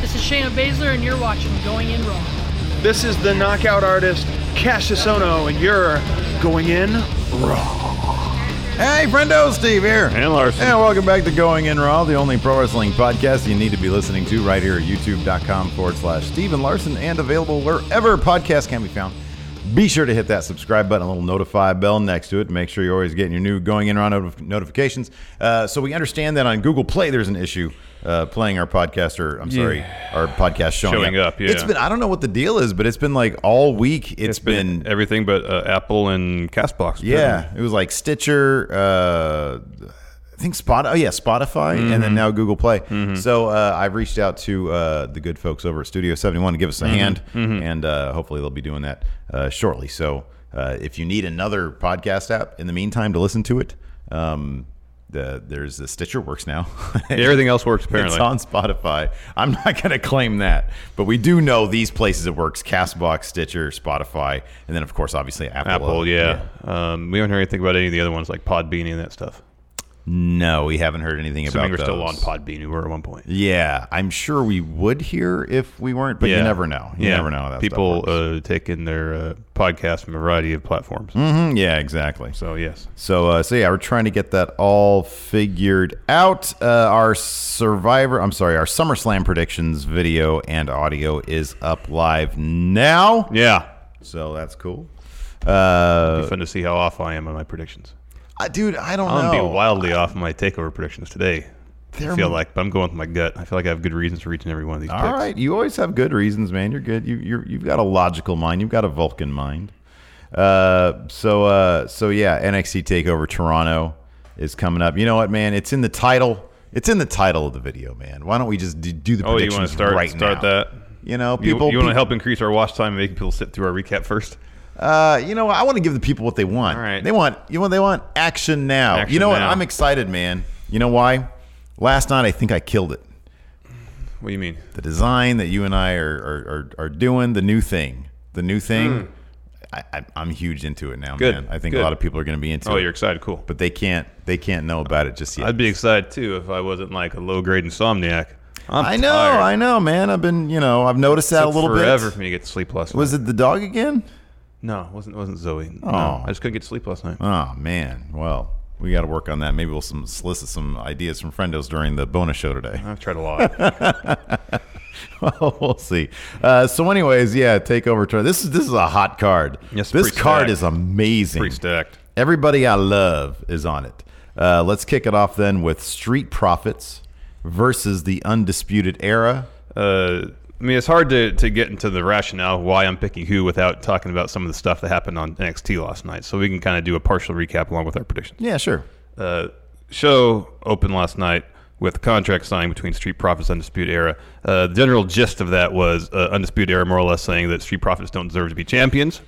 This is Shayna Baszler, and you're watching Going In Raw. This is the knockout artist Cassius Ono, and you're going in raw. Hey, friendo, Steve here. And Larson. And welcome back to Going In Raw, the only pro wrestling podcast you need to be listening to right here at youtube.com forward slash Steven Larson and available wherever podcasts can be found. Be sure to hit that subscribe button, a little notify bell next to it. Make sure you're always getting your new Going In Raw notif- notifications. Uh, so we understand that on Google Play, there's an issue uh, playing our podcast, or I'm sorry, our podcast showing, Showing up, yeah. It's been, I don't know what the deal is, but it's been like all week. it's been, everything but uh, Apple and Castbox. Yeah, it was like Stitcher. Uh, I think Spot. Oh yeah, Spotify, and Mm-hmm. then now Google Play. So uh, I've reached out to uh, the good folks over at Studio Seventy One to give Mm-hmm. us a hand, and uh, hopefully they'll be doing that uh, shortly. So uh, if you need another podcast app in the meantime to listen to it, um, the, there's the Stitcher works now. Everything else works apparently. It's on Spotify. I'm not going to claim that, but we do know these places it works: Castbox, Stitcher, Spotify, and then of course, obviously Apple. uh, Apple, yeah. Um, we haven't heard anything about any of the other ones like Podbean and that stuff. No, we haven't heard anything Assuming we're about those. still on Podbean, we were at one point. Yeah, I'm sure we would hear if we weren't, but you never know. You yeah. never know. How that People stuff works. uh, taking their uh, podcast from a variety of platforms. Mhm, yeah, exactly. uh, So yes, So, uh, so yeah, we're trying to get that all figured out. Uh, our Survivor, I'm sorry, our SummerSlam predictions video and audio is up live now. yeah. So that's cool. Uh, It'd be fun to see how off I am on my predictions. I, dude, I don't I'm gonna know. be wildly off on my takeover predictions today. They're- I feel like, but I'm going with my gut. I feel like I have good reasons for each and every one of these. All picks. right, you always have good reasons, man. You're good. You you're, you've got a logical mind. You've got a Vulcan mind. Uh, so uh, so yeah, NXT Takeover Toronto is coming up. You know what, man? It's in the title. It's in the title of the video, man. Why don't we just do, do the Oh, you predictions want to start right start now? that? You know, You- people. you, want peop- to help increase our watch time, and make people sit through our recap first. Uh, you know, what? I want to give the people what they want. All right. They want you know what they want action now. Action you know what? now. I'm excited, man. You know why? Last night I think I killed it. What do you mean? the design that you and I are are, are, are doing, the new thing, the new thing. I, I, I'm huge into it now, Hmm. Good, man. I think a good. lot of people are going to be into Oh, it. you're excited. Cool. but they can't they can't know about it just yet. I'd be excited too if I wasn't like a low grade insomniac. I'm I know, tired. I know, man. I've been you know I've noticed that Took a little forever for bit. me to get to sleep last Was night. it the dog again? No, it wasn't wasn't Zoe. No, Oh. I just couldn't get to sleep last night. Oh man, well we got to work on that. Maybe we'll some, solicit some ideas from friendos during the bonus show today. I've tried a lot. well, we'll see. Uh, so, anyways, yeah, takeover tour. This is this is a hot card. Yes, this pretty card stacked. is amazing. Pretty stacked. Everybody I love is on it. Uh, let's kick it off then with Street Profits versus the Undisputed Era. uh, I mean, it's hard to, to get into the rationale why I'm picking who without talking about some of the stuff that happened on NXT last night. So we can kind of do a partial recap along with our predictions. Yeah, sure. uh, show opened last night with the contract signed between Street Profits and Undisputed Era. Uh, the general gist of that was uh, Undisputed Era more or less saying that Street Profits don't deserve to be champions.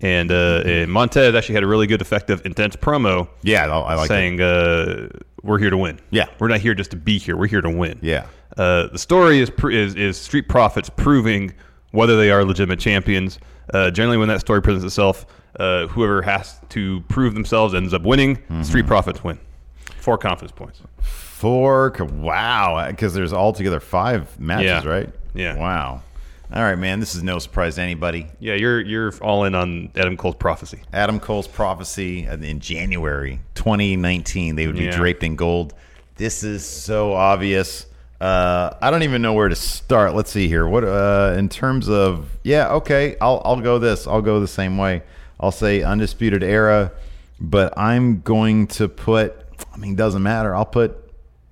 And, uh, and Montez actually had a really good, effective, intense promo Yeah, I, I like it. saying, uh, We're here to win. Yeah. We're not here just to be here. We're here to win. Yeah. Uh, the story is, pr- is is Street Profits proving whether they are legitimate champions. Uh, generally, when that story presents itself, Uh, whoever has to prove themselves ends up winning. Mm-hmm. Street Profits win. Four confidence points. Four. co- Wow. Because there's altogether five matches, Yeah. right? Yeah. Wow. All right, man. This is no surprise to anybody. Yeah, you're you're all in on Adam Cole's prophecy. Adam Cole's prophecy uh, in January 2019, they would be Yeah. draped in gold. This is so obvious. Uh, I don't even know where to start. Let's see here. What uh, in terms of yeah, okay, I'll I'll go this. I'll go the same way. I'll say undisputed era, but I'm going to put. I mean, doesn't matter. I'll put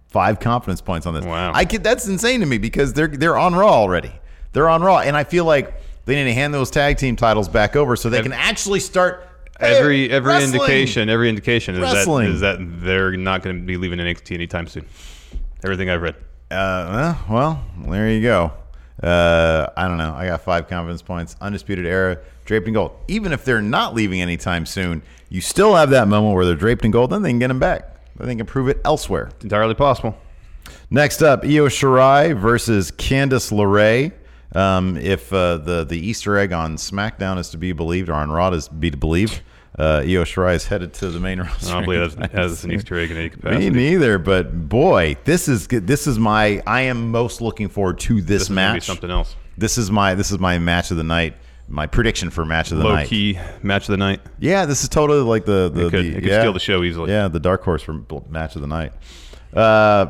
five confidence points on this. Wow. I could, that's insane to me because they're they're on Raw already. They're on Raw, and I feel like they need to hand those tag team titles back over so they Ev- can actually start hey, Every every wrestling. indication, every indication is Wrestling. that is that they're not going to be leaving NXT anytime soon. Everything I've read. Uh, well, there you go. Uh, I don't know. I got five confidence points. Undisputed era, draped in gold. Even if they're not leaving anytime soon, you still have that moment where they're draped in gold. Then they can get them back. Then they can prove it elsewhere. It's entirely possible. Next up, Io Shirai versus Candice LeRae. Um, if uh, the the Easter egg on SmackDown is to be believed, or on Raw is to be to believe, uh, Io Shirai is headed to the main roster. I don't believe that's, that's an Easter egg in any Me capacity. neither, but boy, this is good. this is my I am most looking forward to this, This is gonna be match. something else. This is my this is my match of the night. My prediction for match of the Low night. key match of the night. Yeah, this is totally like the the, It could- the- it could yeah. steal the show easily. Yeah, the dark horse for bl- match of the night. Uh,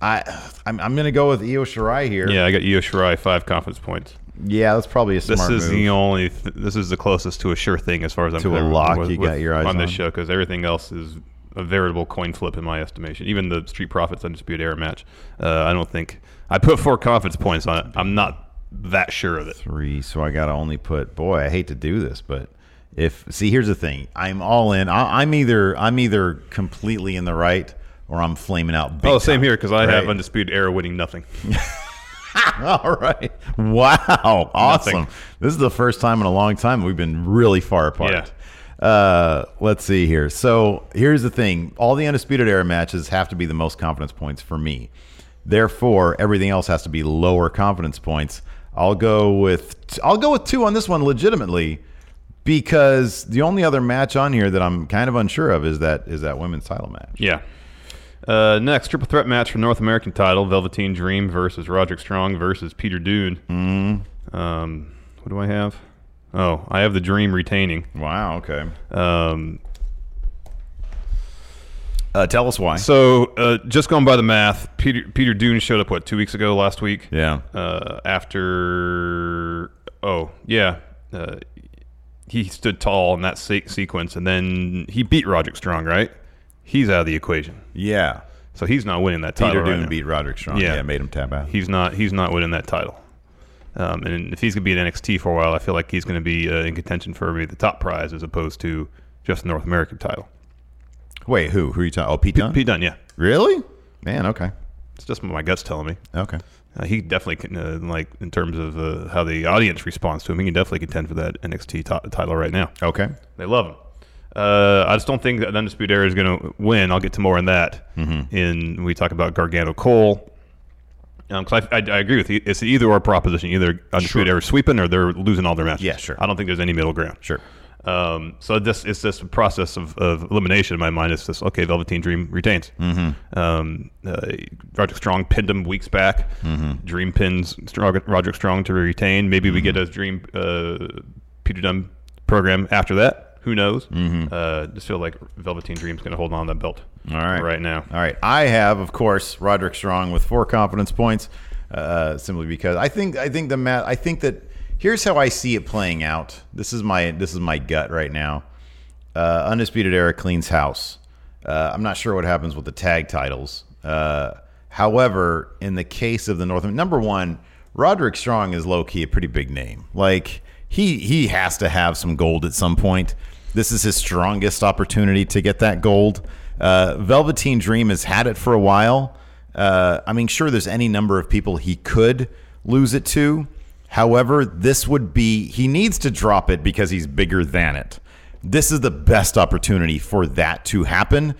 I I'm, I'm gonna go with Io Shirai here. Yeah, I got Io Shirai five confidence points. yeah, that's probably a This smart is move. the only. Th- this is the closest to a sure thing as far as I'm To a concerned lock with- you with- got your eyes on this on. show because everything else is a veritable coin flip in my estimation. Even the Street Profits Undisputed Era match, uh, I don't think I put four confidence points on it. I'm not that sure of it. three. So I gotta only put. Boy, I hate to do this, but if see, here's the thing. I'm all in. I, I'm either I'm either completely in the right or I'm flaming out. Big oh, same time. here because I have Right. Undisputed Era winning nothing. All right. Wow. Awesome. Nothing. This is the first time in a long time we've been really far apart. Uh, let's see here. So here's the thing: all the undisputed era matches have to be the most confidence points for me. Therefore, everything else has to be lower confidence points. I'll go with I'll go with two on this one, legitimately, because the only other match on here that I'm kind of unsure of is that is that women's title match. Yeah. Uh, next, triple threat match for North American title: Velveteen Dream versus Roderick Strong versus Peter Dune. Mm-hmm. Um, what do I have? Oh, I have the Dream retaining. Wow. Okay. Um, Uh, tell us why. So, uh, just going by the math, Peter Peter Dune showed up what two weeks ago, last week. Yeah. Uh, after oh yeah, uh, he stood tall in that se- sequence, and then he beat Roderick Strong, right? He's out of the equation, yeah. so he's not winning that title. Peter right Dune now. beat Roderick Strong. Yeah. Yeah. made him tap out. He's not. He's not winning that title. Um, and if he's going to be in NXT for a while, I feel like he's going to be uh, in contention for maybe the top prize as opposed to just the North American title. Wait, who? Who are you talking? Oh, Pete Dunne. Pete Dunne, yeah, Really? Man, okay, it's just what my gut's telling me. okay. Uh, he definitely can, uh, like in terms of uh, how the audience responds to him. He can definitely contend for that NXT ti- title right now. Okay. They love him. Uh, I just don't think that Undisputed Era is going to win. I'll get to more on that Mm-hmm. in when we talk about Gargano Cole. Because I, I, I agree with you. It's either or proposition. Either Undisputed Era is sweeping or they're losing all their matches. Yeah, sure. I don't think there's any middle ground. Sure. Um, so this it's this process of, of elimination in my mind. It's this okay. Velveteen Dream retains. Mm-hmm. Um, uh, Roderick Strong pinned him weeks back. Mm-hmm. Dream pins Strong, Roderick Strong to retain. Maybe we Mm-hmm. get a Dream uh, Peter Dunn program after that. Who knows? Uh, just feel like Velveteen Dream's going to hold on to that belt. Mm-hmm. All right. right now. All right. I have, of course, Roderick Strong with four confidence points, uh, simply because I think I think the mat. I think that here's how I see it playing out. This is my this is my gut right now. Uh, Undisputed Era cleans house. Uh, I'm not sure what happens with the tag titles. Uh, however, in the case of the North, number one, Roderick Strong is low key a pretty big name. Like he he has to have some gold at some point. This is his strongest opportunity to get that gold. Uh, Velveteen Dream has had it for a while. Uh, I mean, sure, there's any number of people he could lose it to. However, this would be, he needs to drop it because he's bigger than it. This is the best opportunity for that to happen.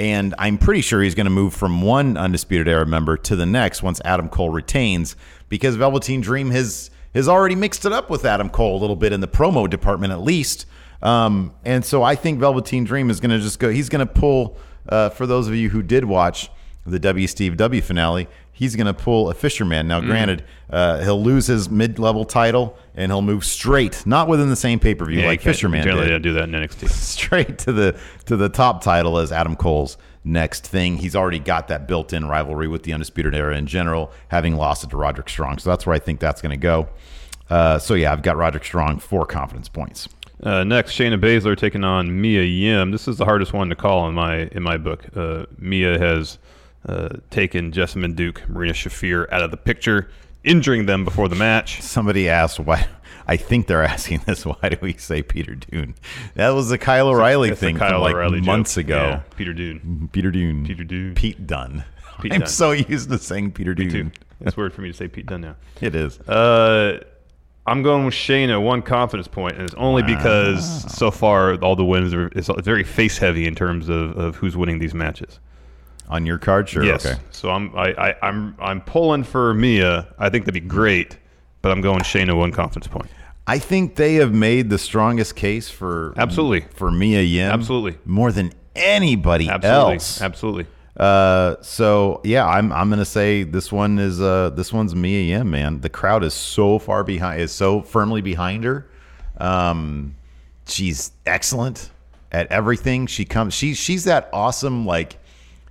And I'm pretty sure he's going to move from one Undisputed Era member to the next once Adam Cole retains because Velveteen Dream has has already mixed it up with Adam Cole a little bit in the promo department, at least. Um, and so I think Velveteen Dream is going to just go. He's going to pull. Uh, for those of you who did watch the W Steve W finale, he's going to pull a fisherman. Mm. Now, granted, uh, he'll lose his mid-level title and he'll move straight, not within the same pay-per-view you like can't- Fisherman Generally, did don't do that in NXT. straight to the to the top title as Adam Cole's next thing. He's already got that built-in rivalry with the Undisputed Era in general, having lost it to Roderick Strong. So that's where I think that's going to go. Uh, so yeah, I've got Roderick Strong for confidence points. Uh, next, Shayna Baszler taking on Mia Yim. This is the hardest one to call in my in my book. Uh, Mia has uh, taken Jessamine Duke, Marina Shafir out of the picture, injuring them before the match. Somebody asked why. I think they're asking this. Why do we say Peter Dune? That was the Kyle O'Reilly That's the thing from like O'Reilly joke. months Yeah, ago. Mm-hmm. Peter Dune. Peter Dune. Peter Dune. Pete Dunn. Pete I'm Dunne. so used to saying Peter Dune. Dude, it's weird for me to say Pete Dunne now. It is. Uh, I'm going with Shayna, one confidence point, and it's only Ah. because so far all the wins are it's very face heavy in terms of, of who's winning these matches. On your card, sure. yes. Okay. So I'm I, I, I'm I'm pulling for Mia. I think that'd be great, but I'm going Shayna one confidence point. I think they have made the strongest case for Absolutely. for Mia Yim Absolutely. more than anybody Absolutely. else. Absolutely. Uh, so yeah, I'm I'm gonna say this one is uh this one's Mia Yim, man. The crowd is so far behind, is so firmly behind her. Um, she's excellent at everything. She comes, she she's that awesome like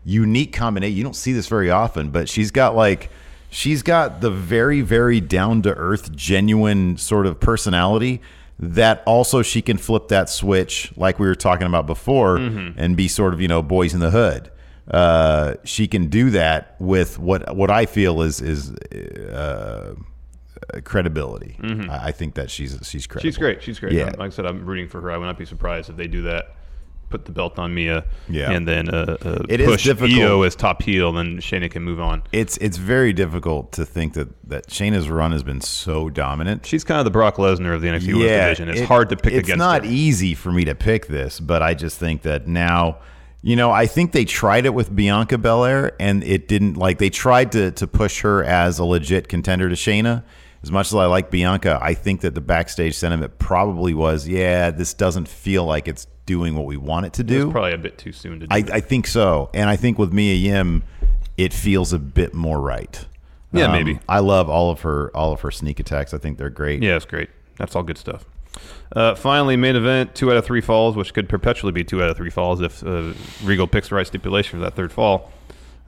unique combination. You don't see this very often, but she's got like she's got the very very down to earth, genuine sort of personality that also she can flip that switch like we were talking about before and be sort of you know boys in the hood. Uh, she can do that with what what I feel is is uh, credibility. I I think that she's she's credible. She's great. She's great. Yeah. I'm- like I said, I'm rooting for her. I would not be surprised if they do that. Put the belt on Mia, Yeah. and then uh, uh, It is push difficult. Io as top heel, and then Shayna can move on. it's it's very difficult to think that that Shayna's run has been so dominant. She's kind of the Brock Lesnar of the NXT Women's division. It's it- hard to pick it's against. not her. easy for me to pick this, but I just think that now, you know, I think they tried it with Bianca Belair, and it didn't like they tried to to push her as a legit contender to Shayna. As much as I like Bianca, I think that the backstage sentiment probably was, yeah, this doesn't feel like it's doing what we want it to do. It's probably a bit too soon to. Do I, that. I think so, and I think with Mia Yim, it feels a bit more right. Um, Yeah, maybe. I love all of her all of her sneak attacks. I think they're great. Yeah, it's great. That's all good stuff. Uh, finally, main event: two out of three falls, which could perpetually be two out of three falls if uh, Regal picks the right stipulation for that third fall.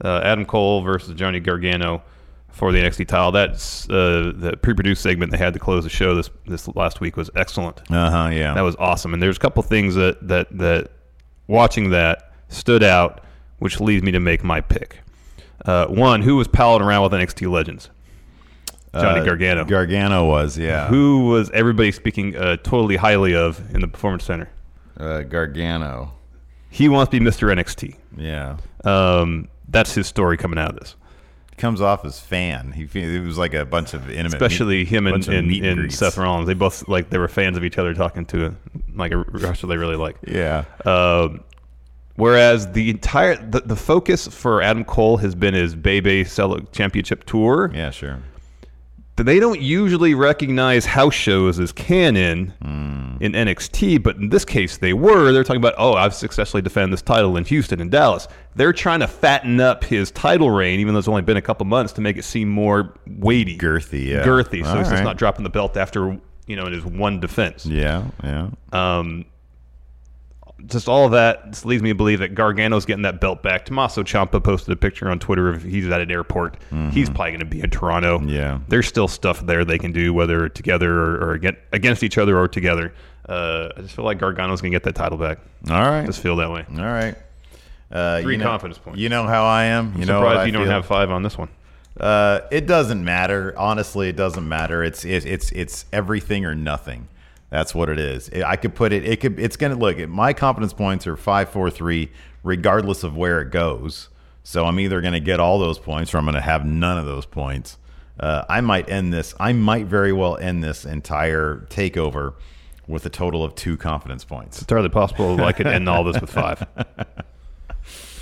Uh, Adam Cole versus Johnny Gargano for the NXT title. That's uh, the pre-produced segment they had to close the show this this last week was excellent. Uh huh. Yeah. That was awesome. And there's a couple things that that that watching that stood out, which leads me to make my pick. Uh, one, who was palling around with NXT legends? Johnny Uh, Gargano. Gargano was, yeah. Who was everybody speaking uh, totally highly of in the performance center? Uh, Gargano. He wants to be Mr. NXT. Yeah. Um, that's his story coming out of this. Comes off as fan. He fe- it was like a bunch of intimate, Especially him and, bunch of and, meet and greets. Seth Rollins. They both like they were fans of each other talking to like a wrestler they really like. Yeah. Um, whereas the entire the, the focus for Adam Cole has been his Bebe Solo Championship tour. yeah. Sure. They don't usually recognize house shows as canon Hmm. in NXT, but in this case they were. They're talking about, oh, I've successfully defended this title in Houston and Dallas. They're trying to fatten up his title reign, even though it's only been a couple months, to make it seem more weighty, Girthy, yeah. girthy. So All he's just right. not dropping the belt after you know in his one defense. Yeah. Yeah. Um, just all of that just leads me to believe that Gargano's getting that belt back. Tommaso Ciampa posted a picture on Twitter of he's at an airport. He's probably going to be in Toronto. Mm-hmm. Yeah. there's still stuff there they can do, whether together or, or against, against each other or together. Uh, I just feel like Gargano's going to get that title back. All right. Just feel that way. All right. Uh, Three you know, confidence points. You know how I am. You know what Surprised I you don't feel. have five on this one. Uh, it doesn't matter. Honestly, it doesn't matter. It's it, it's it's everything or nothing. That's what it is. It- I could put it. It could. It's gonna look. My confidence points are five, four, three, regardless of where it goes. So I'm either gonna get all those points or I'm gonna have none of those points. Uh, I might end this. I might very well end this entire takeover with a total of two confidence points. Entirely possible I could end all this with five,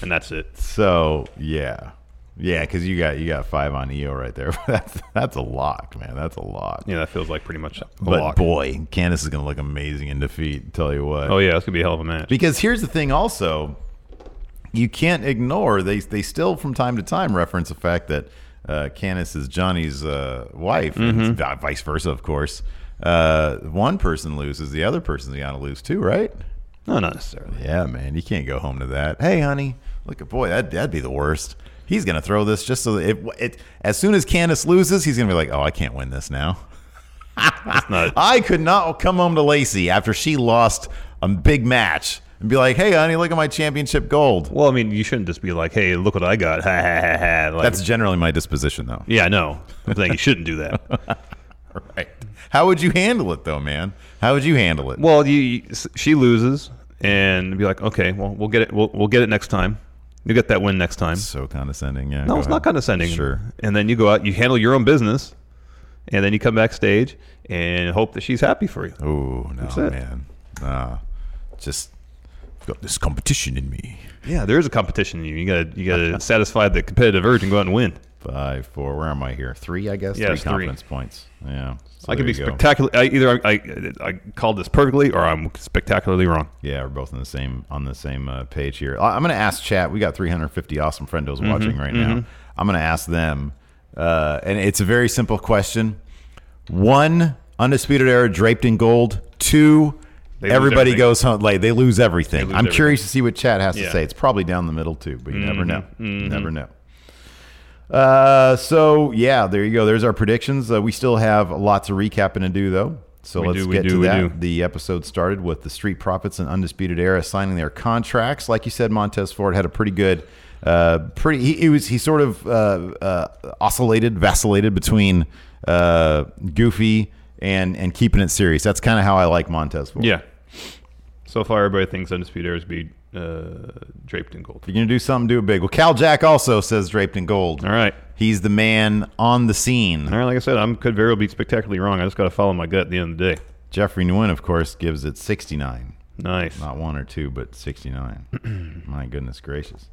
and that's it. So yeah, Yeah, because you got you got five on EO right there. that's that's a lock, man. That's a lock. Yeah, that feels like pretty much a but lock. boy, Candace is gonna look amazing in defeat. Tell you what. oh yeah, it's gonna be a hell of a match. Because here's the thing, also, you can't ignore they they still from time to time reference the fact that uh, Candace is Johnny's uh, wife, Mm-hmm. and vi- vice versa, of course. Uh, one person loses, the other person's gonna lose too, right? No, not necessarily. Yeah, man, you can't go home to that. Hey, honey, look, at boy, that that'd be the worst. He's gonna throw this just so that it, it as soon as Candace loses, he's gonna be like, oh, I can't win this now. It's not. I could not come home to Lacey after she lost a big match and be like, hey, honey, look at my championship gold. Well, I mean, you shouldn't just be like, "Hey, look what I got!" Ha ha ha ha. Like, That's generally my disposition, though. yeah, no. I'm saying you shouldn't do that. Right. How would you handle it, though, man? How would you handle it? Well, you, you- s- she loses, and be like, "Okay, well, we'll get it. We'll, we'll get it next time. You get that win next time." so condescending. Yeah. No, go it's ahead. not condescending. Sure. And then you go out, you handle your own business, and then you come backstage and hope that she's happy for you. Oh, no, it. man. Nah. Just got this competition in me. Yeah, there is a competition. in You you gotta you gotta satisfy the competitive urge and go out and win. Five, four. Where am I here? Three, I guess. Yeah, three it's three. confidence points. Yeah. So I can there be you go. spectacular. I, either I, I I called this perfectly, or I'm spectacularly wrong. Yeah, we're both on the same on the same uh, page here. I- I'm going to ask chat. We got 350 awesome friendos Mm-hmm, watching right now. I'm going to ask them, uh, and it's a very simple question: one, undisputed era draped in gold; two, They lose everybody everything. goes home. Like they lose everything. lose I'm everything. curious to see what chat has to Yeah. Mm-hmm, say. It's probably down the middle too, but you never know. You never know. Uh, so yeah, there you go. There's our predictions. Uh, we still have lots of recapping to do though. So We let's do, we get do, to we that. do. The episode started with the Street Profits and Undisputed Era signing their contracts. Like you said, Montez Ford had a pretty good, uh, pretty. He, he was he sort of uh, uh, oscillated, vacillated between uh, goofy and and keeping it serious. That's kind of how I like Montez Ford. Yeah. So far, everybody thinks Undisputed Era is be uh, draped in gold. If you're gonna do something, do it big. Well, Cal Jack also says draped in gold. All right. He's the man on the scene. All right. Like I said, I could very well be spectacularly wrong. I just got to follow my gut at the end of the day. Jeffrey Nguyen, of course, gives it 69. Nice. Not one or two, but 69. My goodness gracious.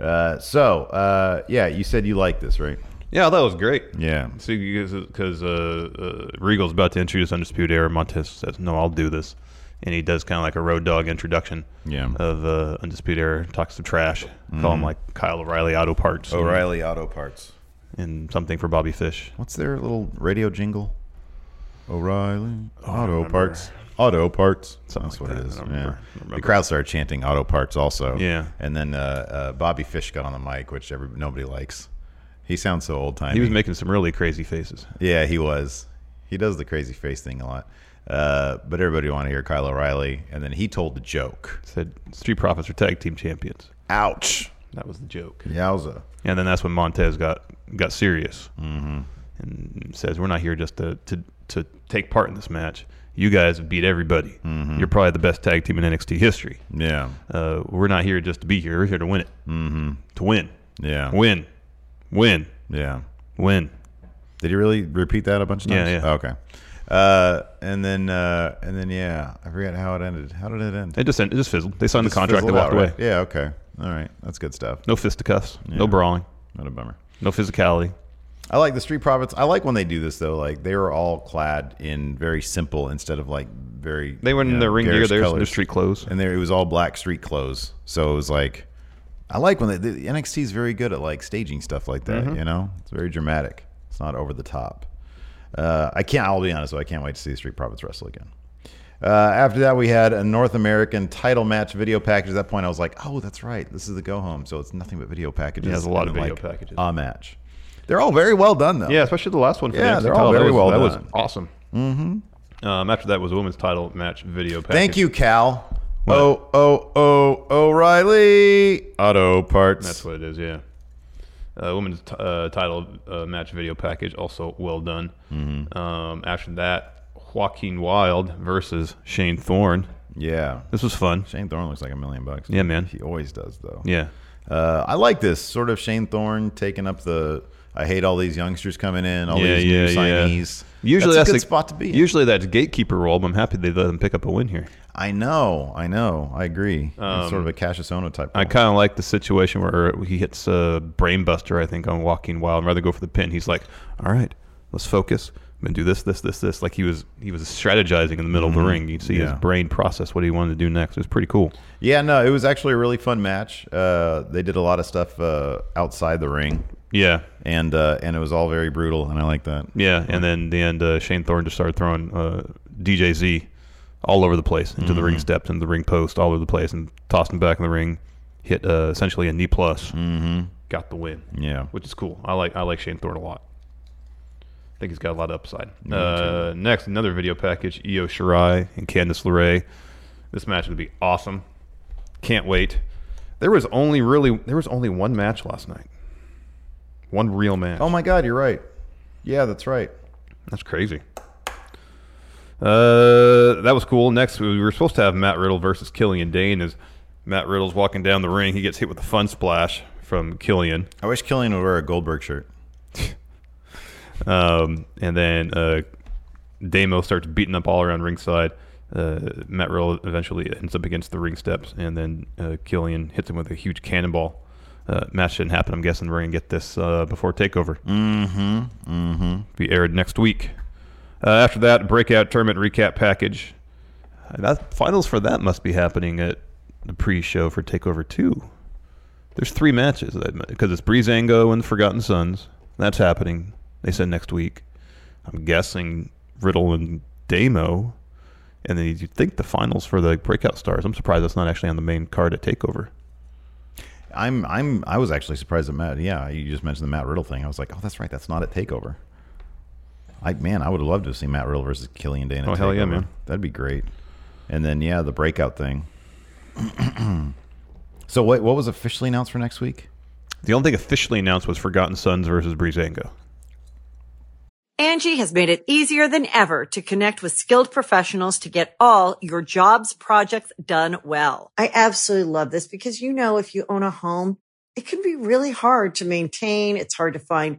Uh, so, uh, yeah, you said you like this, right? Yeah, that was great. Yeah. See, because uh, uh, Regal's about to introduce Undisputed Era. Montez says, "No, I'll do this," and he does kind of like a road dog introduction. Yeah. Of uh, Undisputed Era, talks some trash. Call him like Kyle O'Reilly Auto Parts. Oh, and- Auto Parts. And something for Bobby Fish. What's their little radio jingle? O'Reilly Auto Parts. Auto Parts. Something That's like what that. it is. I Yeah. don't remember. I don't The remember. crowd started chanting Auto Parts also. Yeah. And then uh, uh, Bobby Fish got on the mic, which every, nobody likes. He sounds so old timey. He was making some really crazy faces. Yeah, he was. He does the crazy face thing a lot. Uh, but everybody wanted to hear Kyle O'Reilly, and then he told the joke. Said Street Profits are tag team champions. Ouch. That was the joke. Yowza. And then that's when Montez got got serious Mm-hmm. and says, "We're not here just to, to to take part in this match. You guys have beat everybody. Mm-hmm. You're probably the best tag team in NXT history. Yeah. Uh, we're not here just to be here. We're here to win it. Mm-hmm. To win, Yeah. win, win, Yeah. win." Did he really repeat that a bunch of times? Yeah, yeah. Okay. Uh, and then, uh, and then, yeah, I forget how it ended. How did it end? It just it just fizzled. They signed Just the contract. They fizzled walked out, away. right? Yeah. Okay. All right. That's good stuff. No fisticuffs. No brawling. Not a bummer. No physicality. I like the street profits. I like when they do this though. Like they were all clad in very simple instead of like very. They were in you know, their ring gear. garish There's their colors. street clothes. and there it was all black street clothes. So it was like, I like when they, the NXT is very good at like staging stuff like that. Mm-hmm. You know, it's very dramatic. It's not over the top. Uh, I can't. I'll be honest. Though, I can't wait to see the Street Profits wrestle again. Uh, after that, we had a North American title match video package. At that point, I was like, "Oh, that's right. This is the go home." So it's nothing but video packages. Yeah, there's a and lot of then, video like, packages. A match. They're all very well done, though. Yeah, especially the last one. For Yeah, the NXT they're all title. very that was, well That was done. awesome. Mm-hmm. Um, after that was a women's title match video. Package. Thank you, Cal. Oh, oh, oh, O'Reilly Auto Parts. That's what it is. Yeah. Uh, women's t- uh, title uh, match video package also well done. Mm-hmm. Um, after that, Joaquin Wild versus Shane Thorne. yeah. This was fun. Shane Thorne looks like a million bucks. Yeah, man. He always does, though. Yeah. Uh, I like this sort of Shane Thorne taking up the. I hate all these youngsters coming in. All yeah, these yeah, new yeah. signees. Usually that's that's, a good the- spot to be. in. Usually that's gatekeeper role, but I'm happy they let him pick up a win here. I know, I know, I agree. it's sort of a Cassius-Ono type. Um, I role. kind of like the situation where he hits a brainbuster, I think, on Walking Wild. And rather go for the pin, he's like, "All right, let's focus. I'm gonna do this, this, this, this." Like he was he was strategizing in the middle of the ring. You can see Yeah. his brain process what he wanted to do next. It was pretty cool. Yeah, no, it was actually a really fun match. Uh, they did a lot of stuff uh, outside the ring, Yeah, and uh, and it was all very brutal, and I like that. yeah. And then the end, uh, Shane Thorne just started throwing uh, DJ Z all over the place into the ring steps, into the ring post, all over the place, and tossed him back in the ring. Hit uh, essentially a knee plus. Mm-hmm. Got the win. Yeah. which is cool. I like I like Shane Thorne a lot. I think he's got a lot of upside. Uh, next, another video package: Io Shirai and Candice LeRae. This match would be awesome. Can't wait. There was only really there was only one match last night. One real match. Oh my God, you're right. Yeah, that's right. That's crazy. Uh, that was cool. Next, we were supposed to have Matt Riddle versus Killian Dane. As Matt Riddle's walking down the ring, he gets hit with a fun splash from Killian. I wish Killian would wear a Goldberg shirt. Um, and then uh, Damo starts beating up all around ringside. Uh, Matt Riddle eventually ends up against the ring steps, and then uh, Killian hits him with a huge cannonball. Uh, match didn't happen. I'm guessing we're gonna get this uh, before Takeover. Mm-hmm. Mm-hmm. Be aired next week. Uh, after that, breakout tournament recap package. Uh, That finals for that must be happening at the pre-show for Takeover Two. There's three matches because it's Breezango and the Forgotten Sons. That's happening. They said next week. I'm guessing Riddle and Damo, and then you'd think the finals for the Breakout Stars. I'm surprised that's not actually on the main card at Takeover. I'm I'm I was actually surprised at Matt. Yeah, you just mentioned the Matt Riddle thing. I was like, oh, that's right. That's not at Takeover. I man, I would have loved to have seen Matt Riddle versus Killian Dane. at Oh, hell yeah, Takeover. man. That'd be great. And then yeah, the breakout thing. so what what was officially announced for next week? The only thing officially announced was Forgotten Sons versus Breezango. Angie has made it easier than ever to connect with skilled professionals to get all your jobs projects done well. I absolutely love this because, you know, if you own a home, it can be really hard to maintain. It's hard to find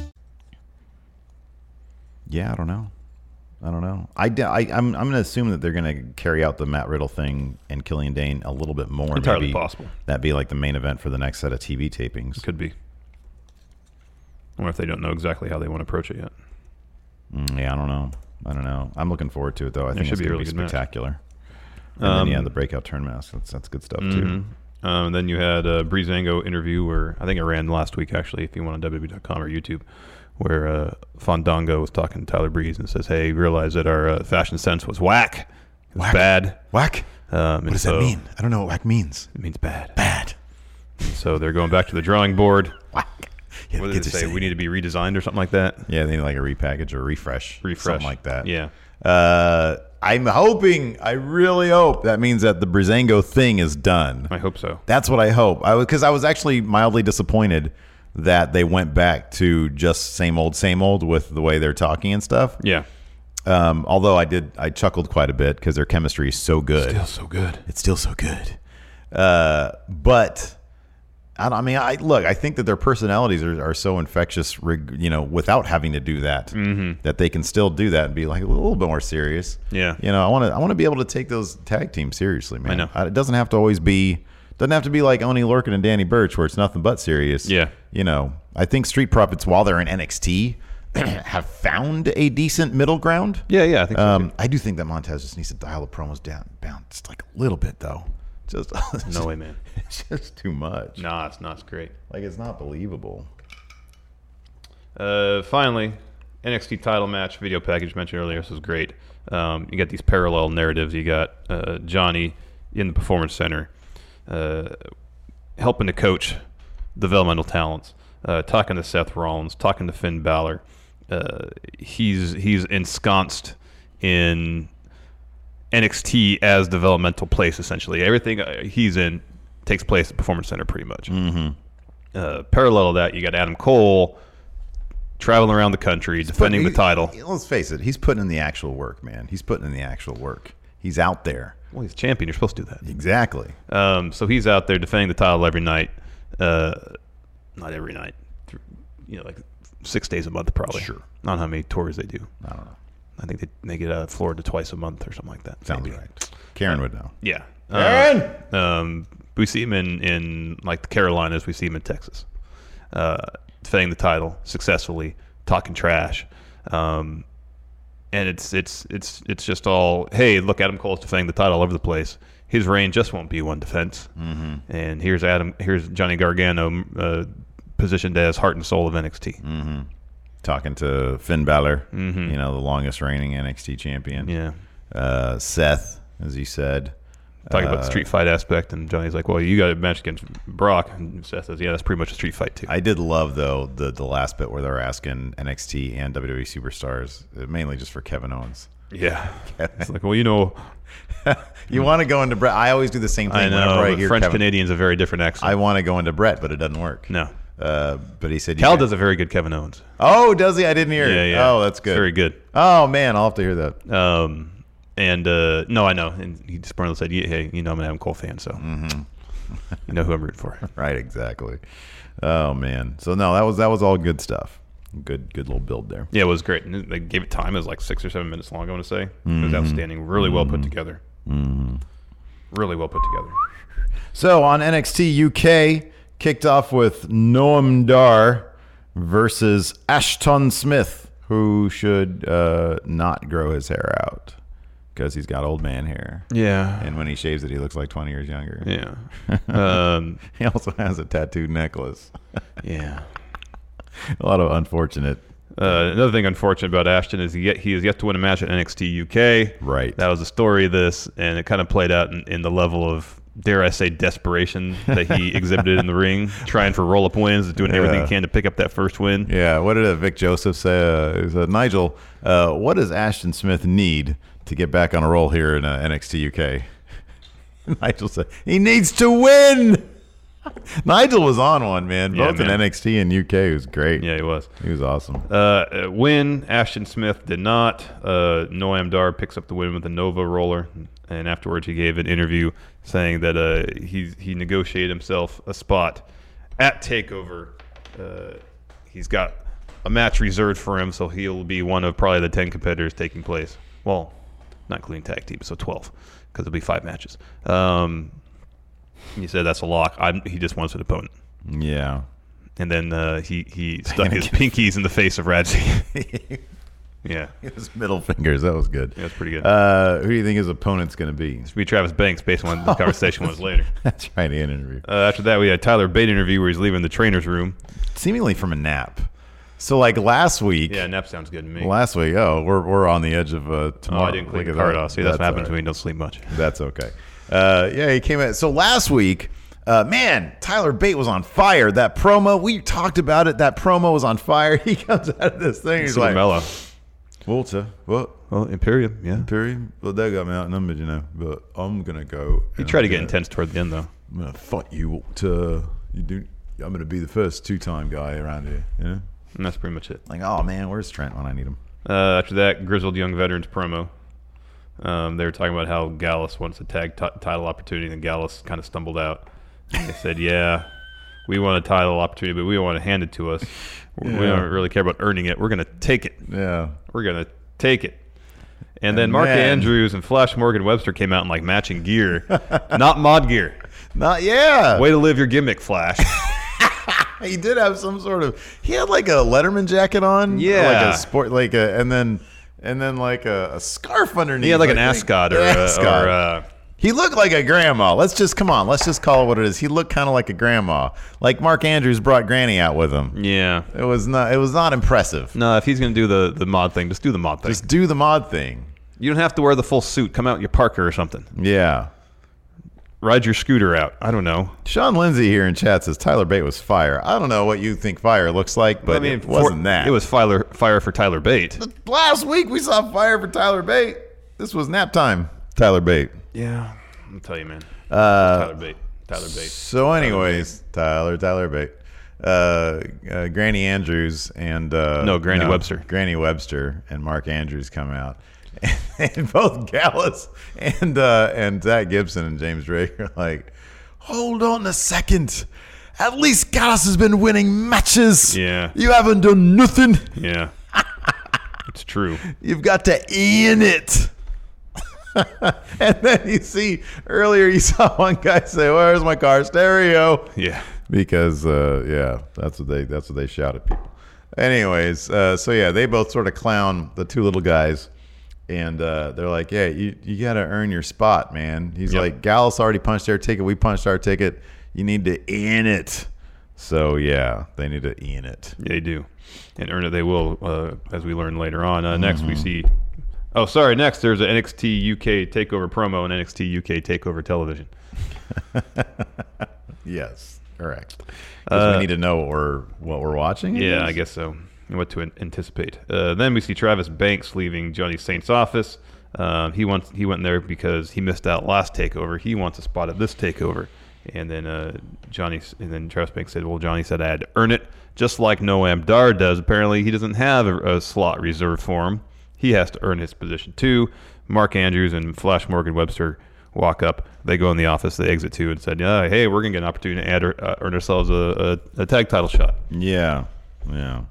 Yeah, I don't know. I don't know. I, d- I am I'm going to assume that they're going to carry out the Matt Riddle thing and Killian Dane a little bit more. Entirely possible. That'd be like the main event for the next set of TV tapings. Could be. I wonder if they don't know exactly how they want to approach it yet. Mm, yeah, I don't know. I don't know. I'm looking forward to it though. I think should it's be a going to be really good match. spectacular. And then, yeah, the breakout turn mask. That's that's good stuff too. Um, and then you had a Breezango interview where I think it ran last week, actually, if you want on WWE.com or YouTube, where uh, Fandango was talking to Tyler Breeze and says, Hey, realize that our uh, fashion sense was whack. It was bad. Whack? Um, What does that mean? I don't know what whack means. It means bad. Bad. So they're going back to the drawing board. Yeah, What the did kids they are say? saying We need to be redesigned or something like that? Yeah, they need like a repackage or refresh, Refresh. something like that. Yeah. Uh, I'm hoping. I really hope that means that the Brizango thing is done. I hope so. That's what I hope. I was because I was actually mildly disappointed that they went back to just same old, same old with the way they're talking and stuff. Yeah. Um, although I did, I chuckled quite a bit because their chemistry is so good. Still so good. It's still so good. Uh, but I, don't- I mean, I look. I think that their personalities are, are so infectious, reg, you know, without having to do that, that they can still do that and be like a little bit more serious. Mm-hmm. Yeah. you know, I want to. I want to be able to take those tag teams seriously, man. I know. it doesn't have to always be. Doesn't have to be like Oni Lurkin and Danny Burch, where it's nothing but serious. Yeah. you know, I think Street Profits, while they're in NXT, have found a decent middle ground. Yeah, yeah, I think so, Um, I do think that Montez just needs to dial the promos down, down just like a little bit though. Just No way, man. it's just too much. Nah, it's not. It's great. Like it's not believable. Uh, finally, NXT title match video package mentioned earlier. This was great. Um, you got these parallel narratives. You got uh, Johnny in the performance center, uh, helping to coach developmental talents, uh, talking to Seth Rollins, talking to Finn Balor. Uh, he's he's ensconced in NXT as developmental place essentially. Everything uh, he's in takes place at Performance Center pretty much. Mm-hmm. Uh, parallel to that, you got Adam Cole traveling around the country defending the He- title. Let's face it, he's putting in the actual work, man. He's putting in the actual work. He's out there. Well, he's champion. You're supposed to do that. Exactly. Um, so he's out there defending the title every night. Uh, not every night. Th- You know, like six days a month, probably. Sure. Not how many tours they do. I don't know. I think they, they get out of Florida twice a month or something like that. Sounds maybe. right. Karen would know. Yeah. Aaron! Uh, um, we see him in, in like the Carolinas. We see him in Texas, uh, defending the title successfully, talking trash, um, and it's it's it's it's just all hey look Adam Cole's defending the title all over the place. His reign just won't be one defense. Mm-hmm. And here's Adam. Here's Johnny Gargano uh, positioned as heart and soul of NXT. Mm. Talking to Finn Balor, you know, the longest reigning NXT champion. Mm-hmm. Yeah. Uh, Seth, as he said. Talking Uh, about the street fight aspect, and Johnny's like, "Well, you got a match against Brock," and Seth says, "Yeah, that's pretty much a street fight too." I did love though the the last bit where they were asking NXT and WWE superstars, uh, mainly just for Kevin Owens. yeah, it's like, well, you know, You want to go into Brett? I always do the same thing I know. whenever I but hear French Kevin. Canadian's a very different accent. I want to go into Brett, but it doesn't work. no. Uh, but he said, you Cal guys- does a very good Kevin Owens. Oh, does he? I didn't hear. it. Yeah, yeah. Oh, that's good. It's very good. Oh man, I'll have to hear that. Um, and uh, no, I know. And he just bluntly said, yeah, "Hey, you know, I'm an Adam Cole fan, so Mm-hmm. you know who I'm rooting for." Right, exactly. Oh man. So no, that was that was all good stuff. Good, good little build there. Yeah, it was great. And they gave it time. It was like six or seven minutes long. I want to say it Mm-hmm. was outstanding. Really well put together. Really well put together. So on NXT UK, kicked off with Noam Dar versus Ashton Smith, who should uh, not grow his hair out because he's got old man hair. Yeah. And when he shaves it, he looks like 20 years younger. Yeah. um, He also has a tattooed necklace. yeah. a lot of unfortunate. Uh, another thing unfortunate about Ashton is he, yet, he is yet to win a match at NXT UK. Right. That was the story of this, and it kind of played out in, in the level of, dare I say, desperation that he exhibited in the ring, trying for roll up wins, doing everything Yeah. he can to pick up that first win. Yeah, what did uh, Vic Joseph say? Uh, he said, Nigel, uh, what does Ashton Smith need to get back on a roll here in uh, NXT UK? Nigel said, he needs to win. Nigel was on one, man. Yeah, Both man. in NXT and UK. He was great. Yeah, he was. He was awesome. Uh, win. Ashton Smith did not. Uh, Noam Dar picks up the win with a Nova roller, and afterwards he gave an interview saying that uh, he he negotiated himself a spot at Takeover. Uh, he's got a match reserved for him, so he'll be one of probably the ten competitors taking place. Well, not including tag team, so twelve because it'll be five matches. Um, he said that's a lock. I'm, he just wants an opponent. yeah. And then uh, he he stuck his pinkies in the face of Radzi. yeah, It was middle fingers. That was good. that's pretty good. Uh, who do you think his opponent's going to be? be Travis Banks based on the conversation was later. That's right, an interview. Uh, after that, we had Tyler Bate interview where he's leaving the trainer's room. Seemingly from a nap. So, like last week, Yeah, nap sounds good to me. last week, oh, we're, we're on the edge of uh, oh, tomorrow. I didn't Look clean the at card that. off. See, that's, what all happens right. when you don't sleep much. That's okay. Uh, yeah, he came out. So last week, uh, man, Tyler Bate was on fire. That promo, we talked about it. That promo was on fire. He comes out of this thing. He's Super like, mellow. Walter, what? Well, Imperium, yeah. Period. Well, they got me outnumbered, you know, but I'm going to go. He tried to get intense toward the end, though. I'm going to fight you, Walter. You do. I'm going to be the first two time guy around here, you know? And that's pretty much it. Like, oh, man, where's Trent when I need him? Uh, after that, grizzled young veterans promo. Um, they were talking about how Gallus wants a tag t- title opportunity, and Gallus kind of stumbled out. And they said, "Yeah, we want a title opportunity, but we don't want to hand it to us. We- We don't really care about earning it. We're going to take it. Yeah. We're going to take it." And then Mark man. Andrews and Flash Morgan Webster came out in like matching gear, not mod gear. Not yeah. Way to live your gimmick, Flash. He did have some sort of. He had like a Letterman jacket on. Yeah. like a sport, like a, and then and then like a, a scarf underneath. He had like an I think. ascot or, a- Ascot. or uh, He looked like a grandma. Let's just come on. Let's just call it what it is. He looked kind of like a grandma. Like Mark Andrews brought Granny out with him. yeah. It was not. It was not impressive. No, if he's going to do the, the mod thing, just do the mod thing. Just do the mod thing. you don't have to wear the full suit. Come out in your Parker or something. Yeah. Ride your scooter out. I don't know. Sean Lindsay here in chat says Tyler Bate was fire. I don't know what you think fire looks like, but I mean, it wasn't for- that. It was fire, fire for Tyler Bate. last week we saw fire for Tyler Bate. This was nap time, Tyler Bate. Yeah. I'll tell you, man. Tyler Bate. Tyler Bate. So, anyways, Tyler, Tyler Bate, uh, uh, Granny Andrews and uh, No, Granny Webster. Granny Webster and Mark Andrews come out, and both Gallus and uh, and Zach Gibson and James Drake are like, "Hold on a second. At least Gallus has been winning matches. Yeah. you haven't done nothing. Yeah. it's true. You've got to in it." and then you see earlier you saw one guy say, "Where's my car stereo?" Yeah. because uh, yeah, that's what they that's what they shout at people. Anyways, uh, so yeah, they both sort of clown the two little guys, and uh, they're like, "Yeah, you you got to earn your spot, man." He's like, "Gallus already punched their ticket. We punched our ticket. You need to in it." So yeah, they need to in it. They do. And earn it they will, uh, as we learn later on. Uh, next, we see. Oh, sorry. Next, there's an NXT UK takeover promo and NXT UK takeover television. Yes, correct. 'Cause we need to know what we're what we're watching. Uh, Yeah, I guess so. And what to an- anticipate. Uh, then we see Travis Banks leaving Johnny Saint's office. Um, he wants he went there because he missed out last takeover. He wants a spot at this takeover. And then uh, Johnny s- and then Travis Banks said, "Well, Johnny said I had to earn it, just like Noam Dar does. Apparently, he doesn't have a, a slot reserved for him. He has to earn his position too." Mark Andrews and Flash Morgan Webster walk up. They go in the office. They exit too and said, "Yeah, hey, we're gonna get an opportunity to add, our- uh, earn ourselves a, a, a tag title shot." Yeah, yeah.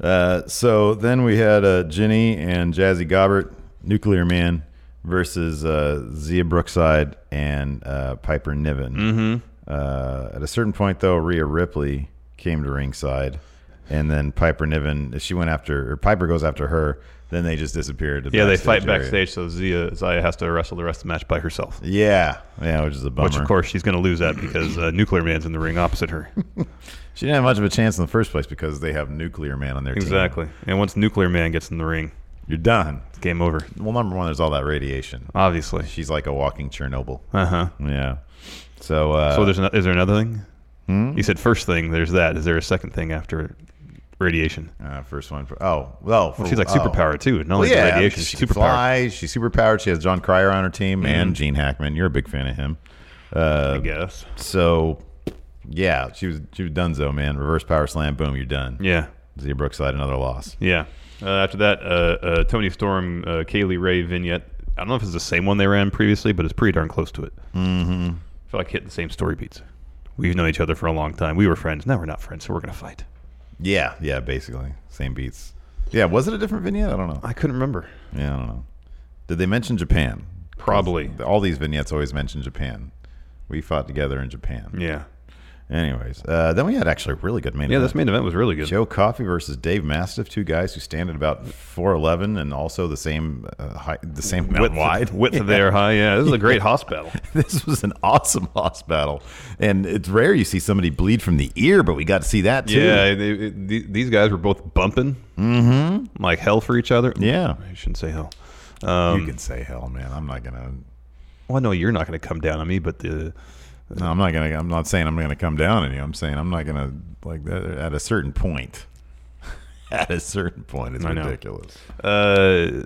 Uh, so then we had uh, Ginny and Jazzy Gobbert, Nuclear Man versus uh, Zia Brookside and uh, Piper Niven. Mm-hmm. Uh, at a certain point, though, Rhea Ripley came to ringside, and then Piper Niven she went after, or Piper goes after her. Then they just disappeared. to the Yeah, they fight area. backstage, so Zia Zaya has to wrestle the rest of the match by herself. Yeah, yeah, which is a bummer. Which, of course, she's going to lose that because uh, Nuclear Man's in the ring opposite her. she didn't have much of a chance in the first place because they have Nuclear Man on their team. exactly. And once Nuclear Man gets in the ring, You're done. it's game over. Well, number one, there's all that radiation. Obviously. She's like a walking Chernobyl. Uh huh. Yeah. So, uh, Hmm? So there's no, is there another thing? You said first thing. There's that. Is there a second thing after radiation? uh, first one. For, oh, well, for, She's like oh. superpower too. Not only Well, is Mm-hmm. it yeah, radiation, she she's can superpower. fly. She's superpowered. She has John Cryer on her team and Gene Hackman. You're a big fan of him. I guess. So, yeah, she was she was donezo, man. Reverse power slam, boom, you're done. Yeah. Zia Brookside, another loss. Yeah. Uh, after that, uh, uh, Tony Storm, uh, Kaylee Ray vignette. I don't know if it's the same one they ran previously, but it's pretty darn close to it. Mm-hmm. I feel like hitting the same story beats. We've known each other for a long time. We were friends. Now we're not friends, so we're going to fight. Yeah, yeah, basically same beats. Yeah, was it a different vignette? I don't know. I couldn't remember. Yeah, I don't know. Did they mention Japan? Probably. All these vignettes always mention Japan. We fought together in Japan. Yeah. Anyways, uh, then we had actually a really good main Yeah, event. this main event was really good. Joe Coffey versus Dave Mastiff, two guys who stand at about four eleven and also the same uh, height, the same amount Width, wide. width of their high. Yeah, this is a great hoss battle. This was an awesome hoss battle, and it's rare you see somebody bleed from the ear, but we got to see that too. Yeah, they, it, the- these guys were both bumping mm-hmm. like hell for each other. Yeah. I shouldn't say hell. Um, you can say hell, man. I'm not gonna. Well, no, you're not going to come down on me, but the No, I'm not gonna. I'm not saying I'm gonna come down on you. I'm saying I'm not gonna like that at a certain point. at a certain point, it's I know. ridiculous. Uh,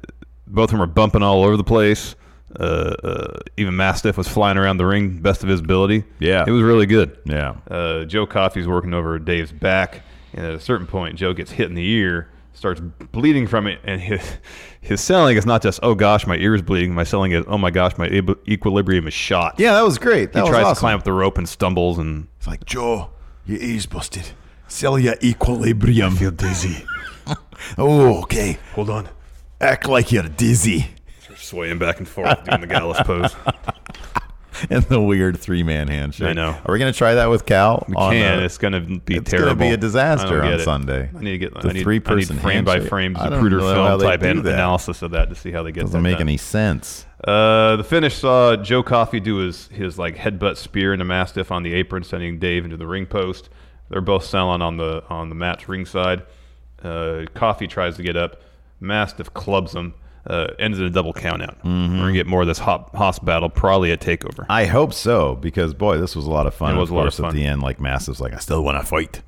both of them were bumping all over the place. Uh, uh, even Mastiff was flying around the ring, best of his ability. Yeah. it was really good. Yeah. Uh, Joe Coffey's working over Dave's back, and at a certain point, Joe gets hit in the ear, starts bleeding from it, and his his selling is not just oh gosh my ear is bleeding, my selling is oh my gosh my ab- equilibrium is shot. Yeah, that was great. That he was tries awesome. to climb up the rope and stumbles and It's like, Joe, your ear's busted. Sell your equilibrium. feel dizzy, Oh, okay. hold on, Act like you're dizzy. swaying back and forth doing the Gallus pose. and the weird three man handshake. I know. Are we going to try that with Cal? We on can. the- it's going to be it's terrible. gonna be a I don't disaster on get it. Sunday. I need to get The I need, three-person I need frame by handshake. frame I don't Zapruder know how film they type do an- that. analysis of that to see how they get doesn't that make done. any sense. Uh, the finish saw Joe Coffey do his, his like headbutt spear into Mastiff on the apron, sending Dave into the ring post. They're both selling on the on the match ringside. Uh, Coffey tries to get up. Mastiff clubs him. Uh, ends in a double countout. We're gonna get more of this hop, Haas battle, probably a takeover. Mm-hmm. I hope so because boy, this was a lot of fun. It was of a lot of course, fun. at the end. Like Massive's like, I still want to fight,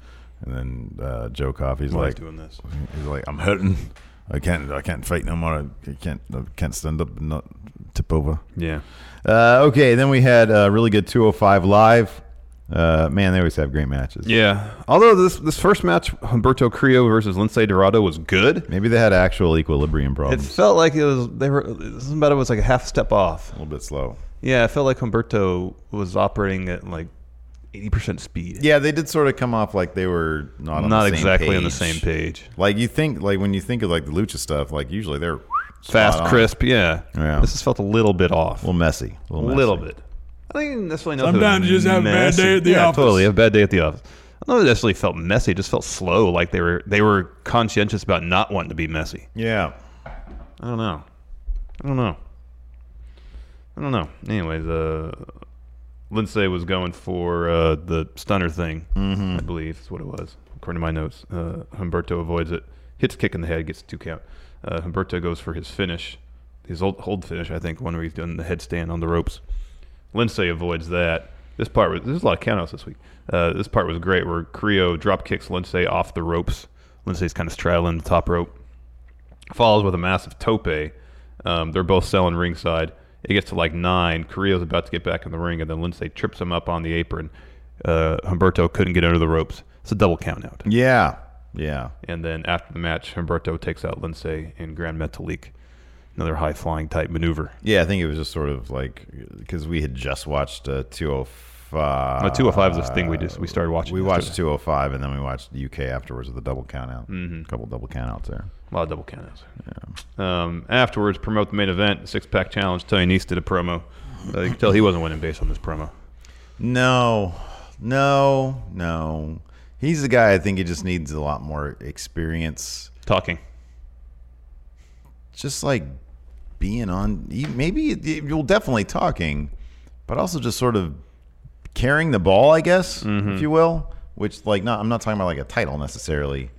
and then uh, Joe Coffey's Why is like, doing this? he's like, I'm hurting. I can't. I can't fight no more. I can't. I can't stand up. and Not tip over. Yeah, Uh, okay, then we had a really good 205 live. Uh, man, they always have great matches. yeah. Although this this first match, Humberto Creo versus Lince Dorado was good. Maybe they had actual equilibrium It problems. felt like it was they were something about it was like a half step off. a little bit slow. Yeah, I felt like Humberto was operating at like eighty percent speed. Yeah, they did sort of come off like they were not on not the same exactly on the page. same page. Like you think, like when you think of like the lucha stuff, like usually they're spot Fast, on. crisp, yeah. Yeah. This has felt a little bit off. a little messy, a a little, messy. little bit. I think it necessarily know if it was Sometimes you just have a bad messy. day at the yeah, office. Totally, have a bad day at the office. I don't know if it necessarily felt messy. It just felt slow. Like they were they were conscientious about not wanting to be messy. Yeah, I don't know. I don't know. I don't know. Anyways, uh, Lindsay was going for uh, the stunner thing, I believe is what it was, according to my notes. Uh, Humberto avoids it, hits a kick in the head, gets a two count. Uh, Humberto goes for his finish, his old hold finish, I think, one where he's doing the headstand on the ropes. Lindsay avoids that. This part was there's a lot of countouts this week. Uh, this part was great, where Creo drop kicks Lindsay off the ropes. Lindsay's kind of straddling the top rope follows with a massive tope. Um, they're both selling ringside. It gets to like nine. Carrillo's about to get back in the ring, and then Lindsay trips him up on the apron. Uh, Humberto couldn't get under the ropes. It's a double count out. yeah, yeah. And then after the match, Humberto takes out Lindsay in Grand Metalik. Another high flying type maneuver. Yeah, I think it was just sort of like because we had just watched uh, 205. Uh, 205 is the thing we just we started Uh, watching. We watched yesterday. 205 and then we watched UK afterwards with a double count out. Mm-hmm. A couple double count outs there. A lot of double countouts. Um, afterwards, promote the main event, six pack challenge. Tony Nese did a promo. Uh, you can tell he wasn't winning based on this promo. No, no, no. He's the guy I think he just needs a lot more experience. Talking. Just like being on, he- maybe you'll definitely talking, but also just sort of carrying the ball, I guess, if you will. Which, like, not I'm not talking about like a title necessarily.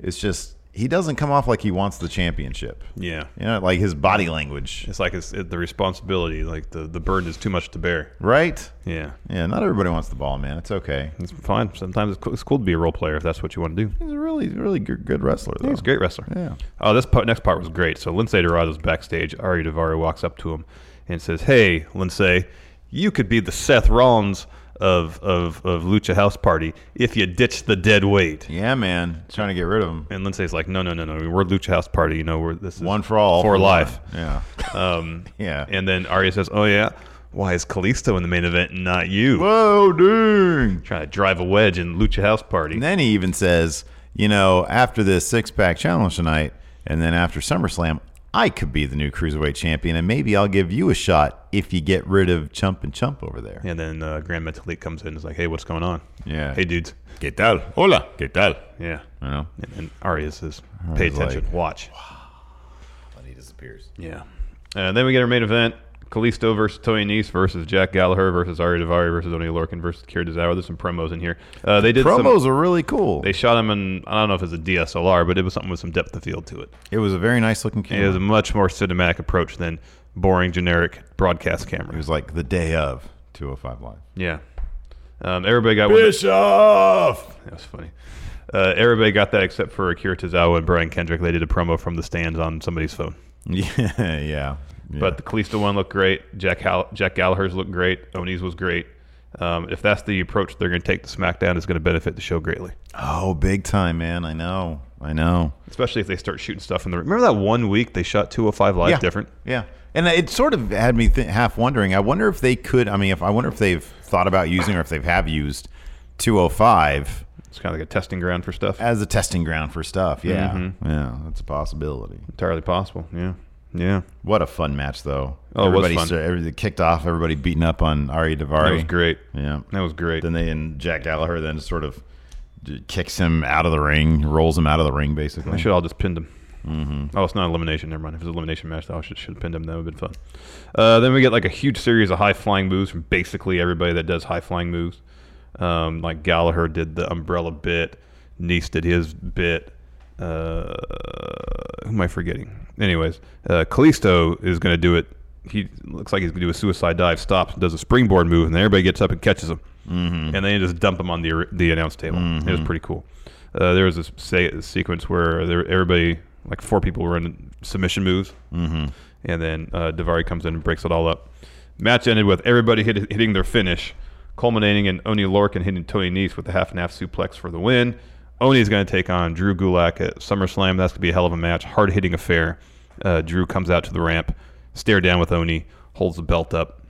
It's just he doesn't come off like he wants the championship. Yeah. You know, like his body language, It's like it's it, the responsibility, like the, the burden is too much to bear. right? Yeah, Yeah, not everybody wants the ball, man. It's okay. it's fine. Sometimes it's cool, it's cool to be a role player if that's what you want to do. He's a really, really good, good wrestler, though. He's a great wrestler. Yeah. Oh, this part, next part was great. So Lindsay Dorado's backstage. Ari Davari walks up to him and says, "Hey, Lindsay, you could be the Seth Rollins of of of Lucha House Party if you ditch the dead weight." Yeah, man. Trying to get rid of him. And Lindsay's like, "No, no, no, no. We're Lucha House Party. You know, we're this is One for all. for life." one. Yeah. Um, Yeah. And then Arya says, "Oh yeah, why is Kalisto in the main event and not you?" Whoa, dang. Trying to drive a wedge in Lucha House Party. And then he even says, you know, after this six pack challenge tonight, and then after SummerSlam, I could be the new cruiserweight champion, and maybe I'll give you a shot if you get rid of Chump and Chump over there. And then uh, Grand Metalik comes in and is like, hey, what's going on? Yeah. Hey, dudes. ¿Qué tal? Hola. Get that. Yeah. You know? And, and Arya says, pay Arya's attention. like- Watch. And he disappears. Yeah. Uh, then we get our main event. Kalisto versus Tony Nese versus Jack Gallagher versus Arya Davari versus Oni Lorcan versus Kira Dezawa. There's some promos in here. Uh, they did Promos Some, are really cool. they shot him in, I don't know if it's a DSLR, but it was something with some depth of field to it. it was a very nice looking camera. It was a much more cinematic approach than boring, generic broadcast It camera. was like the day of 205 Live. Yeah. Um, everybody got one. Bischoff! That was funny. Uh, everybody got that except for Akira Tozawa and Brian Kendrick. They did a promo from the stands on somebody's phone. Yeah, yeah. yeah. But the Kalisto one looked great. Jack, Hall- Jack Gallagher's looked great. Oni's was great. Um, if that's the approach they're going to take to SmackDown, it's going to benefit the show greatly. oh, big time, man. I know. I know. especially if they start shooting stuff in the. Remember that one week they shot 205 live different. Yeah, and it sort of had me th- half wondering. I wonder if they could. I mean, if I wonder if they've thought about using or if they have used 205 It's kind of like a testing ground for stuff. as a testing ground for stuff. Yeah, Mm-hmm. yeah, that's a possibility. Entirely possible. Yeah. Yeah. What a fun match, though. Oh, it was everybody, fun. sta- everybody kicked off. Everybody beating up on Ari Davari. That was great. Yeah, That was great. Then they and Jack Gallagher then sort of j- kicks him out of the ring, rolls him out of the ring, I basically. should all just pinned him. Mm-hmm. Oh, it's not elimination. Never mind. If it was elimination match, I should, should have pinned him. That would have been fun. Uh, then we get like a huge series of high flying moves from basically everybody that does high flying moves. Um, like Gallagher did the umbrella bit, Nice did his bit. Uh, who am I forgetting? Anyways, uh, Kalisto is going to do it. He looks like he's going to do a suicide dive, stops, does a springboard move, and then everybody gets up and catches him. And they just dump him on the the announce table. It was pretty cool. Uh, there was a se- sequence where there, everybody, like four people, were in submission moves, mm-hmm. and then uh, Davari comes in and breaks it all up. Match ended with everybody hit, hitting their finish, culminating in Oni Lorcan hitting Tony Nese with a half and half suplex for the win. Oni's going to take on Drew Gulak at SummerSlam. That's going to be a hell of a match, hard hitting affair. Uh, Drew comes out to the ramp, stare down with Oni, holds the belt up.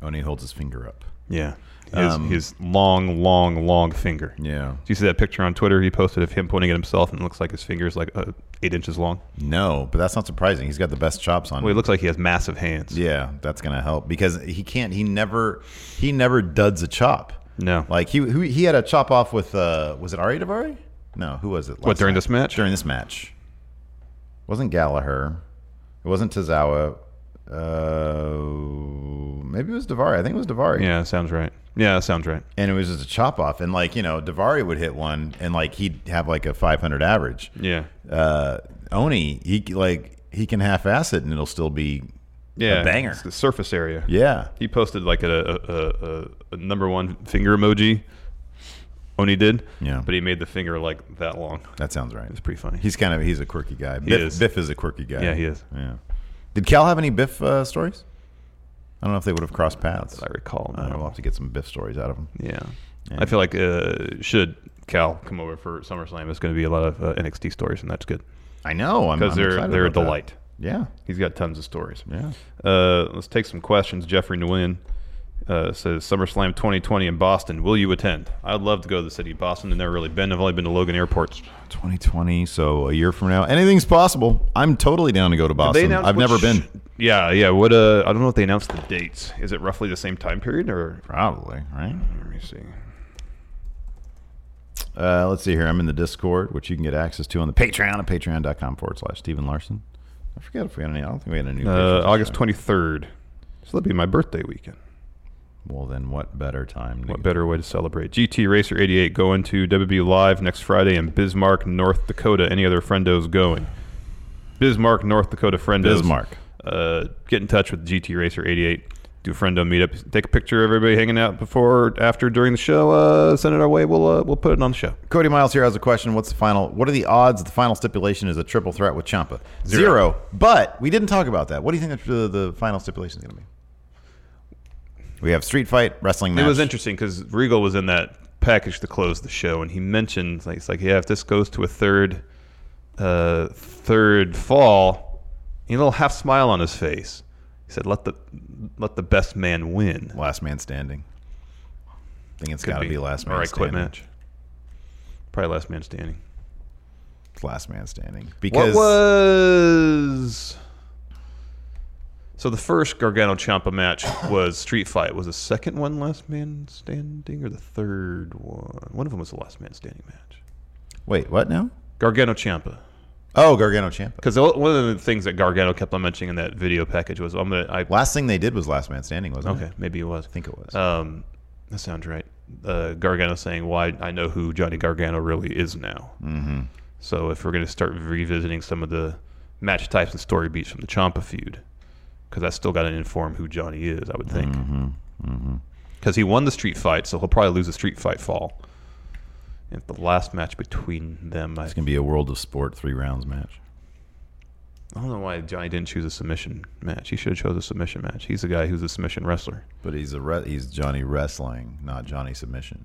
Oni Oh, holds his finger up. Yeah. His, his long, long, long finger. Um, Yeah. Do you see that picture on Twitter he posted of him pointing at himself and it looks like his finger is like uh, eight inches long? No, but that's not surprising. He's got the best chops on. Well, he looks like he has massive hands. Mm. Yeah, that's gonna help because he can't. He never. He never duds a chop. No. like he who, he had a chop off with. uh Was it Ari Davari? No, who was it? What, last during night? this match? During this match, wasn't Gallagher? It wasn't Tozawa. Uh, maybe it was Davari. I think it was Davari. Yeah, sounds right. Yeah, sounds right. and it was just a chop off, and like you know, Davari would hit one, and like he'd have like a 500 average. Yeah. Uh, Oni, he like he can half ass it, and it'll still be Yeah. a banger. It's the surface area. Yeah. He posted like a, a, a, a number one finger emoji. Oni did. Yeah. But he made the finger like that long. That sounds right. It's pretty funny. He's kind of he's a quirky guy. Biff, is. Biff is a quirky guy. Yeah, he is. Yeah. Did Cal have any Biff uh, stories? I don't know if they would have crossed paths. I recall. Uh, now. we'll have to get some Biff stories out of him. Yeah. I feel like uh, should Cal come over for SummerSlam, it's going to be a lot of uh, NXT stories, and that's good I know. I'm because I'm they're excited they're a about that. delight. Yeah. He's got tons of stories. Yeah. Uh, let's take some questions. Jeffrey Nguyen uh, says SummerSlam 2020 in Boston. Will you attend? I'd love to go to the city of Boston. I've never really been. I've only been to Logan airports. 2020, so a year from now, anything's possible. I'm totally down to go to Boston. announced I've what never sh- been. Yeah, yeah. What? Uh, I don't know if they announced the dates. Is it roughly the same time period or? Probably right. Let me see. Uh, let's see here. I'm in the Discord, which you can get access to on the Patreon at patreon.com forward slash Stephen Larson. I forget if we had any. I don't think we had any. new Uh, patrons. August 23rd. So that'd be my birthday weekend. Well, then, what better time? To What better way to celebrate? GT Racer 88 going to WB Live next Friday in Bismarck, North Dakota. Any other friendos going? Bismarck, North Dakota friendos. Bismarck. Uh, get in touch with GT Racer 88. Do a friendo meetup. Take a picture of everybody hanging out before, after, during the show. Uh, send it our way. We'll uh, we'll put it on the show. Cody Miles here has a question. What's the final? What are the odds? The final stipulation is a triple threat with Champa. Zero. But we didn't talk about that. What do you think the, the final stipulation is going to be? We have street fight, wrestling match. It was interesting because Regal was in that package to close the show, and he mentioned like he's like, yeah, if this goes to a third, uh, third fall, he had a little half smile on his face. He said, "Let the let the best man win." Last man standing. I think it's Could got to be. last man or I standing. quit match. Probably last man standing. It's last man standing. Because what was so the first Gargano Champa match was Street Fight. Was the second one Last Man Standing or the third one? One of them was the Last Man Standing match. wait, what now? Gargano Champa. Oh, Gargano Champa. Because one of the things that Gargano kept on mentioning in that video package was, "I'm gonna." I, Last thing they did was last man standing, wasn't it? okay, maybe it was. I think it was. Um, that sounds right. Uh, Gargano saying, "Why I know who Johnny Gargano really is now." Mm-hmm. So if we're going to start revisiting some of the match types and story beats from the Champa feud, because I still got to inform who Johnny is, I would think. Because Mm-hmm. he won the street fight, so he'll probably lose the street fight fall. And the last match between them, I, it's going to be a world of sport three rounds match. I don't know why Johnny didn't choose a submission match. He should have chose a submission match. He's the guy who's a submission wrestler. But he's a re- he's Johnny wrestling, not Johnny submission.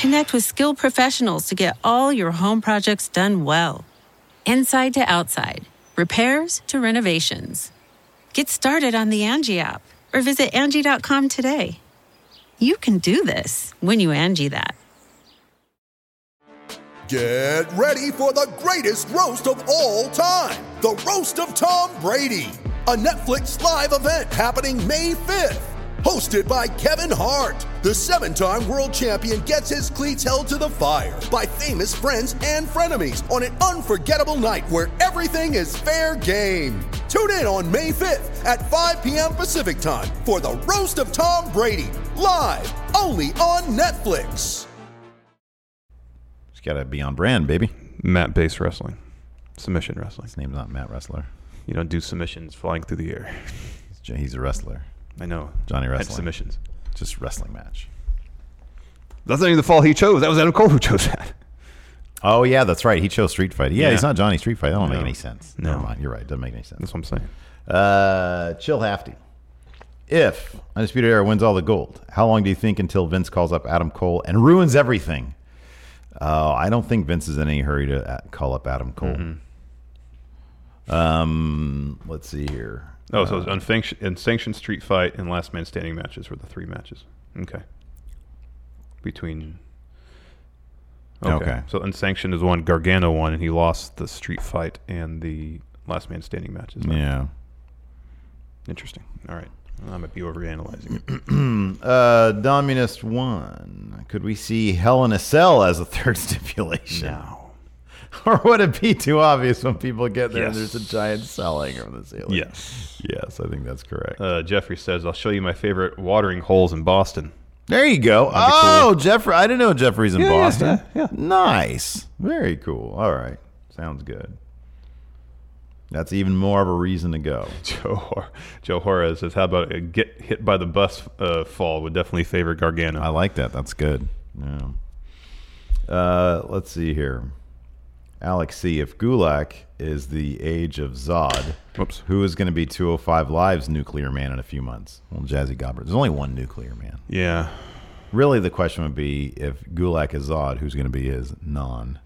Connect with skilled professionals to get all your home projects done well. Inside to outside, repairs to renovations. Get started on the Angie app or visit Angie.com today. You can do this when you Angie that. Get ready for the greatest roast of all time the Roast of Tom Brady, a Netflix live event happening May 5th. Hosted by Kevin Hart, the seven time world champion gets his cleats held to the fire by famous friends and frenemies on an unforgettable night where everything is fair game. Tune in on May 5th at 5 p.m. Pacific time for the Roast of Tom Brady, live only on Netflix. Just got to be on brand, baby. Matt Base Wrestling. Submission wrestling. His name's not Matt Wrestler. You don't do submissions flying through the air. He's J- He's a wrestler. I know. Johnny Had Wrestling. submissions. Just wrestling match. That's not even the fall he chose. That was Adam Cole who chose that. Oh, yeah, that's right. He chose Street Fight. Yeah, Yeah. he's not Johnny Street Fight. That don't No. make any sense. No. Never mind. You're right. Doesn't make any sense. That's what I'm saying. Uh, Chill Hafty. If Undisputed Era wins all the gold, how long do you think until Vince calls up Adam Cole and ruins everything? Uh, I don't think Vince is in any hurry to uh, call up Adam Cole. Mm-hmm. Um, let's see here. Oh, so it was Uh. unfanction- unsanctioned street fight and last man standing matches were the three matches. Okay. Between. Okay. So unsanctioned is one. Gargano won, and he lost the street fight and the last man standing matches. Yeah. Interesting. All right. I might be overanalyzing it. Uh, Dominus one. Could we see Hell in a Cell as a third stipulation? No. or would it be too obvious when people get there and Yes. there's a giant cell hanging from the ceiling? Yes. Yes, I think that's correct. Uh, Jeffrey says, I'll show you my favorite watering holes in Boston. There you go. Oh, Jeffrey. I didn't know Jeffrey's in Yeah, yeah, Boston. yeah, yeah. Nice. Very cool. All right. Sounds good. That's even more of a reason to go. Joe, Hor- Joe Juarez says, How about a get hit by the bus uh, fall would definitely favor Gargano. I like that. That's good. Yeah. Uh, let's see here. Alex C. If Gulak is the age of Zod, Whoops. who is going to be 205 Live's nuclear man in a few months? Well, Jazzy Gobbert. There's only one nuclear man. Yeah. Really, the question would be if Gulak is Zod, who's going to be his non?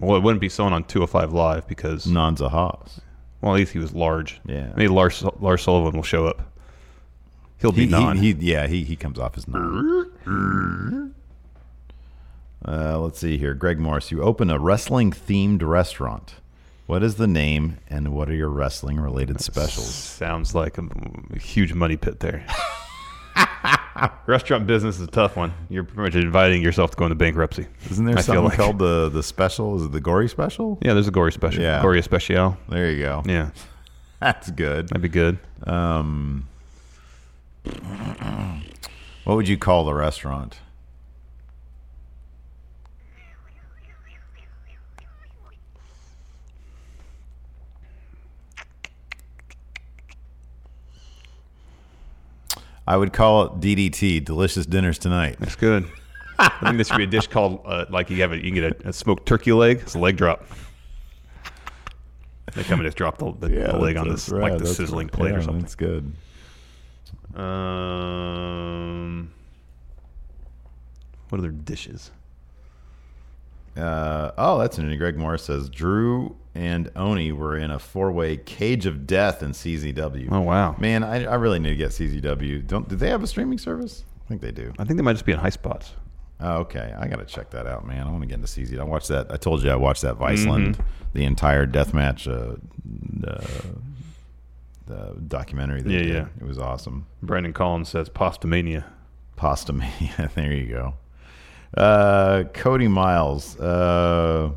Well, it wouldn't be someone on 205 Live because, Non Zahas. well, at least he was large. Yeah. Maybe Lars, Lars Sullivan will show up. He'll be He, non. he, he- yeah, he, he comes off as non. Uh, let's see here. Greg Morris, you open a wrestling themed restaurant. What is the name and what are your wrestling related specials? Sounds like a, a huge money pit there. Restaurant business is a tough one. You're pretty much inviting yourself to go into bankruptcy. Isn't there I feel something like. called the, the special? Is it the Gory special? Yeah, there's a gory special. Yeah. Gory special. There you go. Yeah, That's good. that'd be good. Um, what would you call the restaurant? I would call it DDT, Delicious Dinners Tonight. That's good. I think there should be a dish called uh, like you have a, you can get a, a smoked turkey leg. It's a leg drop. They come and just drop the, the, the leg on this like the sizzling plate or something. That's good. Um, what other dishes? Uh, oh, that's interesting. Greg Morris says Drew and Oni were in a four-way cage of death in CZW. Oh wow, Man, I, I really need to get CZW. Don't do they have a streaming service? I think they do. I think they might just be in high spots. Oh, okay, I gotta check that out, man. I want to get into CZW. I watched that. I told you I watched that Viceland, Mm-hmm. the entire deathmatch uh, uh, the documentary. That Yeah, they did. yeah. It was awesome. Brandon Collins says pasta mania. Pasta mania. there you go. Uh, Cody Miles. Uh,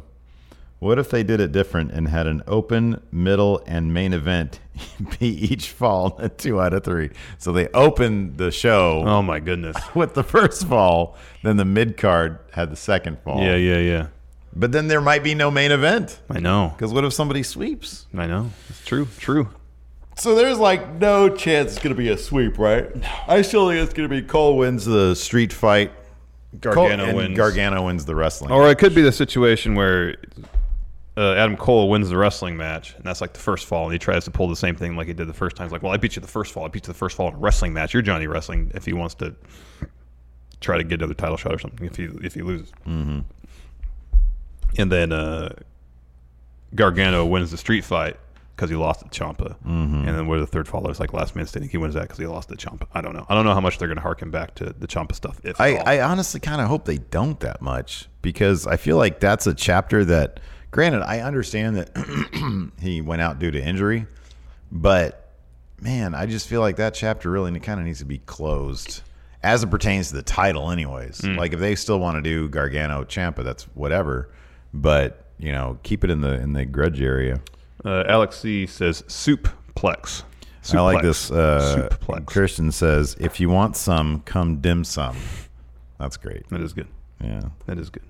what if they did it different and had an open, middle, and main event be each fall a two out of three? So they opened the show. Oh my goodness! With the first fall, then the mid card had the second fall. Yeah, yeah, yeah. But then there might be no main event. I know. Because what if somebody sweeps? I know. It's true. True. So there's like no chance it's going to be a sweep, right? I still think it's going to be Cole wins the street fight. Gargano and wins. Gargano wins the wrestling. Or it could be the situation where uh, Adam Cole wins the wrestling match, and that's like the first fall, and he tries to pull the same thing like he did the first time. He's like, well, I beat you the first fall. I beat you the first fall in a wrestling match. You're Johnny Wrestling if he wants to try to get another title shot or something if he, if he loses. Mm-hmm. And then uh, Gargano wins the street fight because he lost to Champa. Mhm. And then where the third fall is like last man standing, he wins that because he lost to Champa. I don't know. I don't know how much they're going to harken back to the Champa stuff. If I, I honestly kind of hope they don't that much because I feel like that's a chapter that, granted, I understand that he went out due to injury, but man, I just feel like that chapter really kind of needs to be closed as it pertains to the title, anyways. Mm. Like if they still want to do Gargano Champa, that's whatever, but you know, keep it in the in the grudge area. Uh, Alex C says soupplex. I like Suplex. this. Uh, Suplex. Christian says, "If you want some, come dim some." That's great. That is good. Yeah. That is good.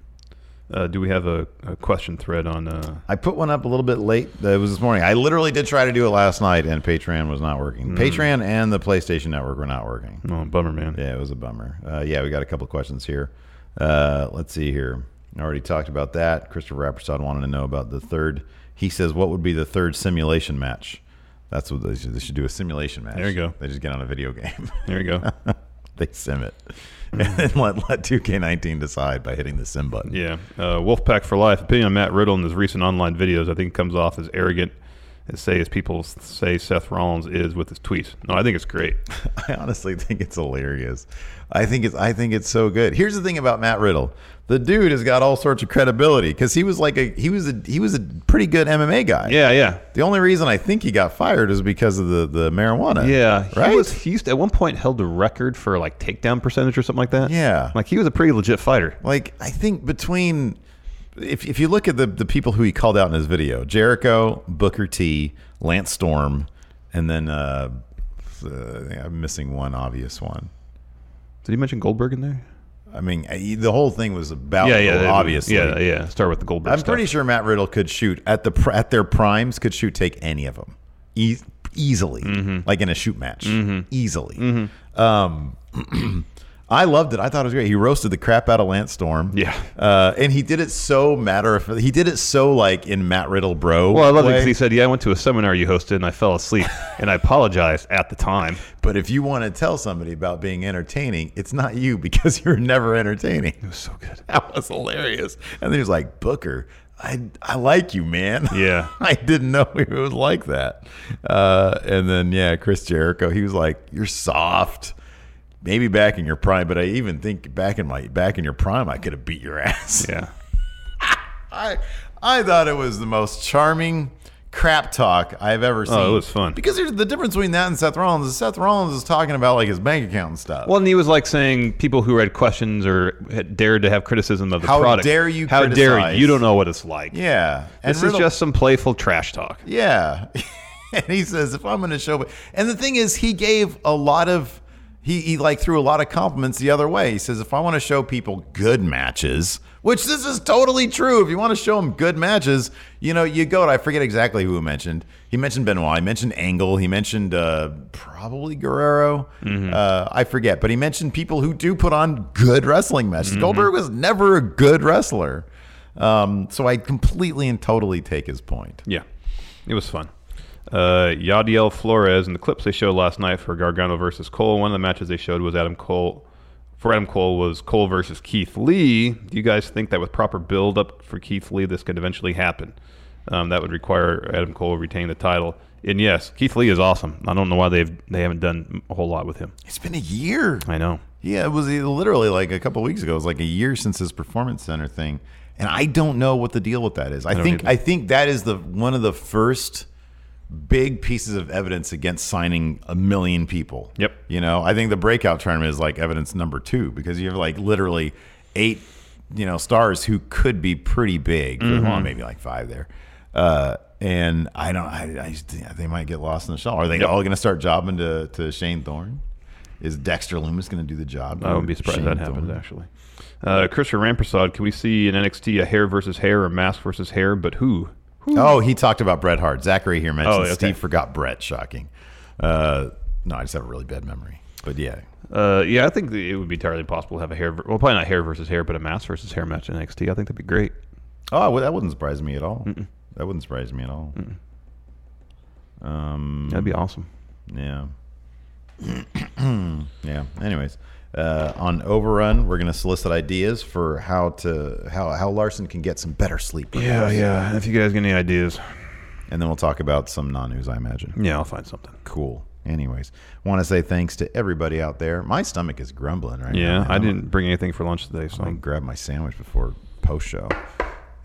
Uh, do we have a, a question thread on? Uh, I put one up a little bit late. Uh, It was this morning. I literally did try to do it last night, and Patreon was not working. Mm. Patreon and the PlayStation Network were not working. Oh, bummer, man. Yeah, it was a bummer. Uh, yeah, we got a couple of questions here. Uh, let's see here. I already talked about that. Christopher Rappersod wanted to know about the third. He says, "What would be the third simulation match?" That's what they should, they should do a simulation match. There you go. They just get on a video game. There you go. they sim it, and then let let 2K19 decide by hitting the sim button. yeah, uh, Wolfpack for life. Opinion on Matt Riddle in his recent online videos. I think comes off as arrogant. As say as people say Seth Rollins is with his tweets. No, I think it's great. I honestly think it's hilarious. I think it's I think it's so good. Here's the thing about Matt Riddle. The dude has got all sorts of credibility because he was like a he was a he was a pretty good MMA guy. Yeah, yeah. The only reason I think he got fired is because of the the marijuana. Yeah, he right. was. He used to, at one point held the record for like takedown percentage or something like that. Yeah. like he was a pretty legit fighter. Like I think between if if you look at the the people who he called out in his video, Jericho, Booker T, Lance Storm, and then uh, uh, I'm missing one obvious one. Did he mention Goldberg in there? I mean, I- the whole thing was about yeah, yeah, obviously. yeah, yeah. Start with the Goldberg. I'm stuff. pretty sure Matt Riddle could shoot at the pr- at their primes could shoot take any of them e- easily, Mm-hmm. like in a shoot match, easily. Um, I loved it. I thought it was great. He roasted the crap out of Lance Storm. Yeah, uh, and he did it so matter of he did it so like in Matt Riddle bro. Well, I love it way. because he said, "Yeah, I went to a seminar you hosted and I fell asleep and I apologized at the time." But if you want to tell somebody about being entertaining, it's not you because you're never entertaining. It was so good. That was hilarious. And then he was like, Booker, I I like you, man. Yeah. I didn't know it was like that. Uh, and then yeah, Chris Jericho, he was like, You're soft. Maybe back in your prime, but I even think back in my back in your prime I could have beat your ass. Yeah. I I thought it was the most charming crap talk I've ever seen. Oh, it was fun. Because here's the difference between that and Seth Rollins is Seth Rollins is talking about like his bank account and stuff. Well, and he was like saying people who had questions or had dared to have criticism of the How product. dare you How dare criticize. you? You don't know what it's like. Yeah. And this Riddle- is just some playful trash talk. Yeah. and he says, if I'm going to show, and the thing is, he gave a lot of, he, he like threw a lot of compliments the other way. He says, if I want to show people good matches, which this is totally true. If you want to show them good matches, you know, you go to, I forget exactly who he mentioned. He mentioned Benoit. He mentioned Angle. He mentioned uh, probably Guerrero. Uh, I forget, but he mentioned people who do put on good wrestling matches. Goldberg was never a good wrestler. Um, so I completely and totally take his point. Yeah, it was fun. Uh, Yadiel Flores and the clips they showed last night for Gargano versus Cole. One of the matches they showed was Adam Cole. For Adam Cole was Cole versus Keith Lee. Do you guys think that with proper build up for Keith Lee, this could eventually happen? Um, that would require Adam Cole retain the title. And yes, Keith Lee is awesome. I don't know why they've they haven't done a whole lot with him. It's been a year. I know. Yeah, it was e, literally like a couple weeks ago. It was like a year since his performance center thing, and I don't know what the deal with that is. I, don't think either. I think that is the one of the first big pieces of evidence against signing a million people. Yep. You know, I think the breakout tournament is like evidence number two because you have like literally eight, you know, stars who could be pretty big. Mhm. Well, maybe like five there. Uh, and I don't. I, I just think they might get lost in the shuffle. Are they Yep. all going to start jobbing to, to Shane Thorne? Is Dexter Loomis going to do the job? I wouldn't be for surprised if Shane that happens, Thorne? actually. Uh, Christian Rampersad, can we see in NXT a hair versus hair or mask versus hair, but who? Who? Oh, he talked about Bret Hart. Zachary here mentioned Oh, okay. Steve forgot Bret. Shocking. Uh, no, I just have a really bad memory. But yeah, Uh, yeah, I think that it would be entirely possible to have a hair. Ver- well, probably not hair versus hair, but a mask versus hair match in NXT. I think that'd be great. Oh, well, that wouldn't surprise me at all. That wouldn't surprise me at all. Um, That'd be awesome. Yeah. yeah. Anyways, uh, on Overrun, we're gonna solicit ideas for how to how how Larson can get some better sleep. Yeah, yeah. If you guys get any ideas, and then we'll talk about some non-news, I imagine. Yeah, I'll find something. Cool. Anyways, want to say thanks to everybody out there. My stomach is grumbling right now. yeah, man. I Oh I'm- didn't bring anything for lunch today, so I'm gonna grab my sandwich before post show.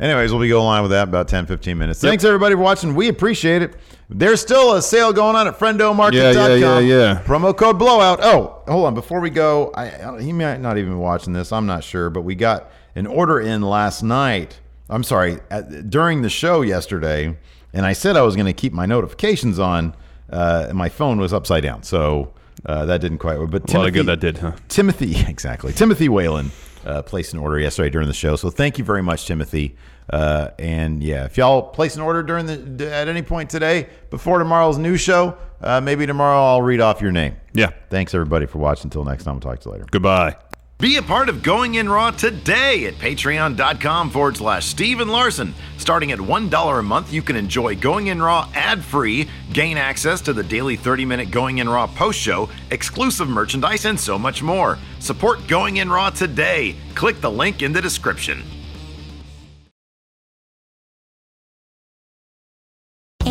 Anyways, we'll be going live with that in about 10, 15 minutes. Thanks everybody for watching. We appreciate it. There's still a sale going on at friendomarket.com. Yeah, yeah, yeah, yeah. Promo code blowout. Oh, hold on. Before we go, I, I- he might not even be watching this. I'm not sure, but we got an order in last night. I'm sorry, at, during the show yesterday, and I said I was going to keep my notifications on. Uh, and my phone was upside down, so uh, that didn't quite work. But A lot of Timothy- good that did, huh? Timothy, exactly. Timothy Whalen uh, placed an order yesterday during the show, so thank you very much, Timothy. Uh, and yeah, if y'all place an order during the d- at any point today before tomorrow's new show, uh, maybe tomorrow I'll read off your name. Yeah. Thanks everybody for watching. Until next time, we'll talk to you later. Goodbye. Be a part of Going In Raw today at patreon.com forward slash Steven Larson. Starting at $1 a month, you can enjoy Going In Raw ad free, gain access to the daily 30 minute Going In Raw post show, exclusive merchandise, and so much more. Support Going In Raw today. Click the link in the description.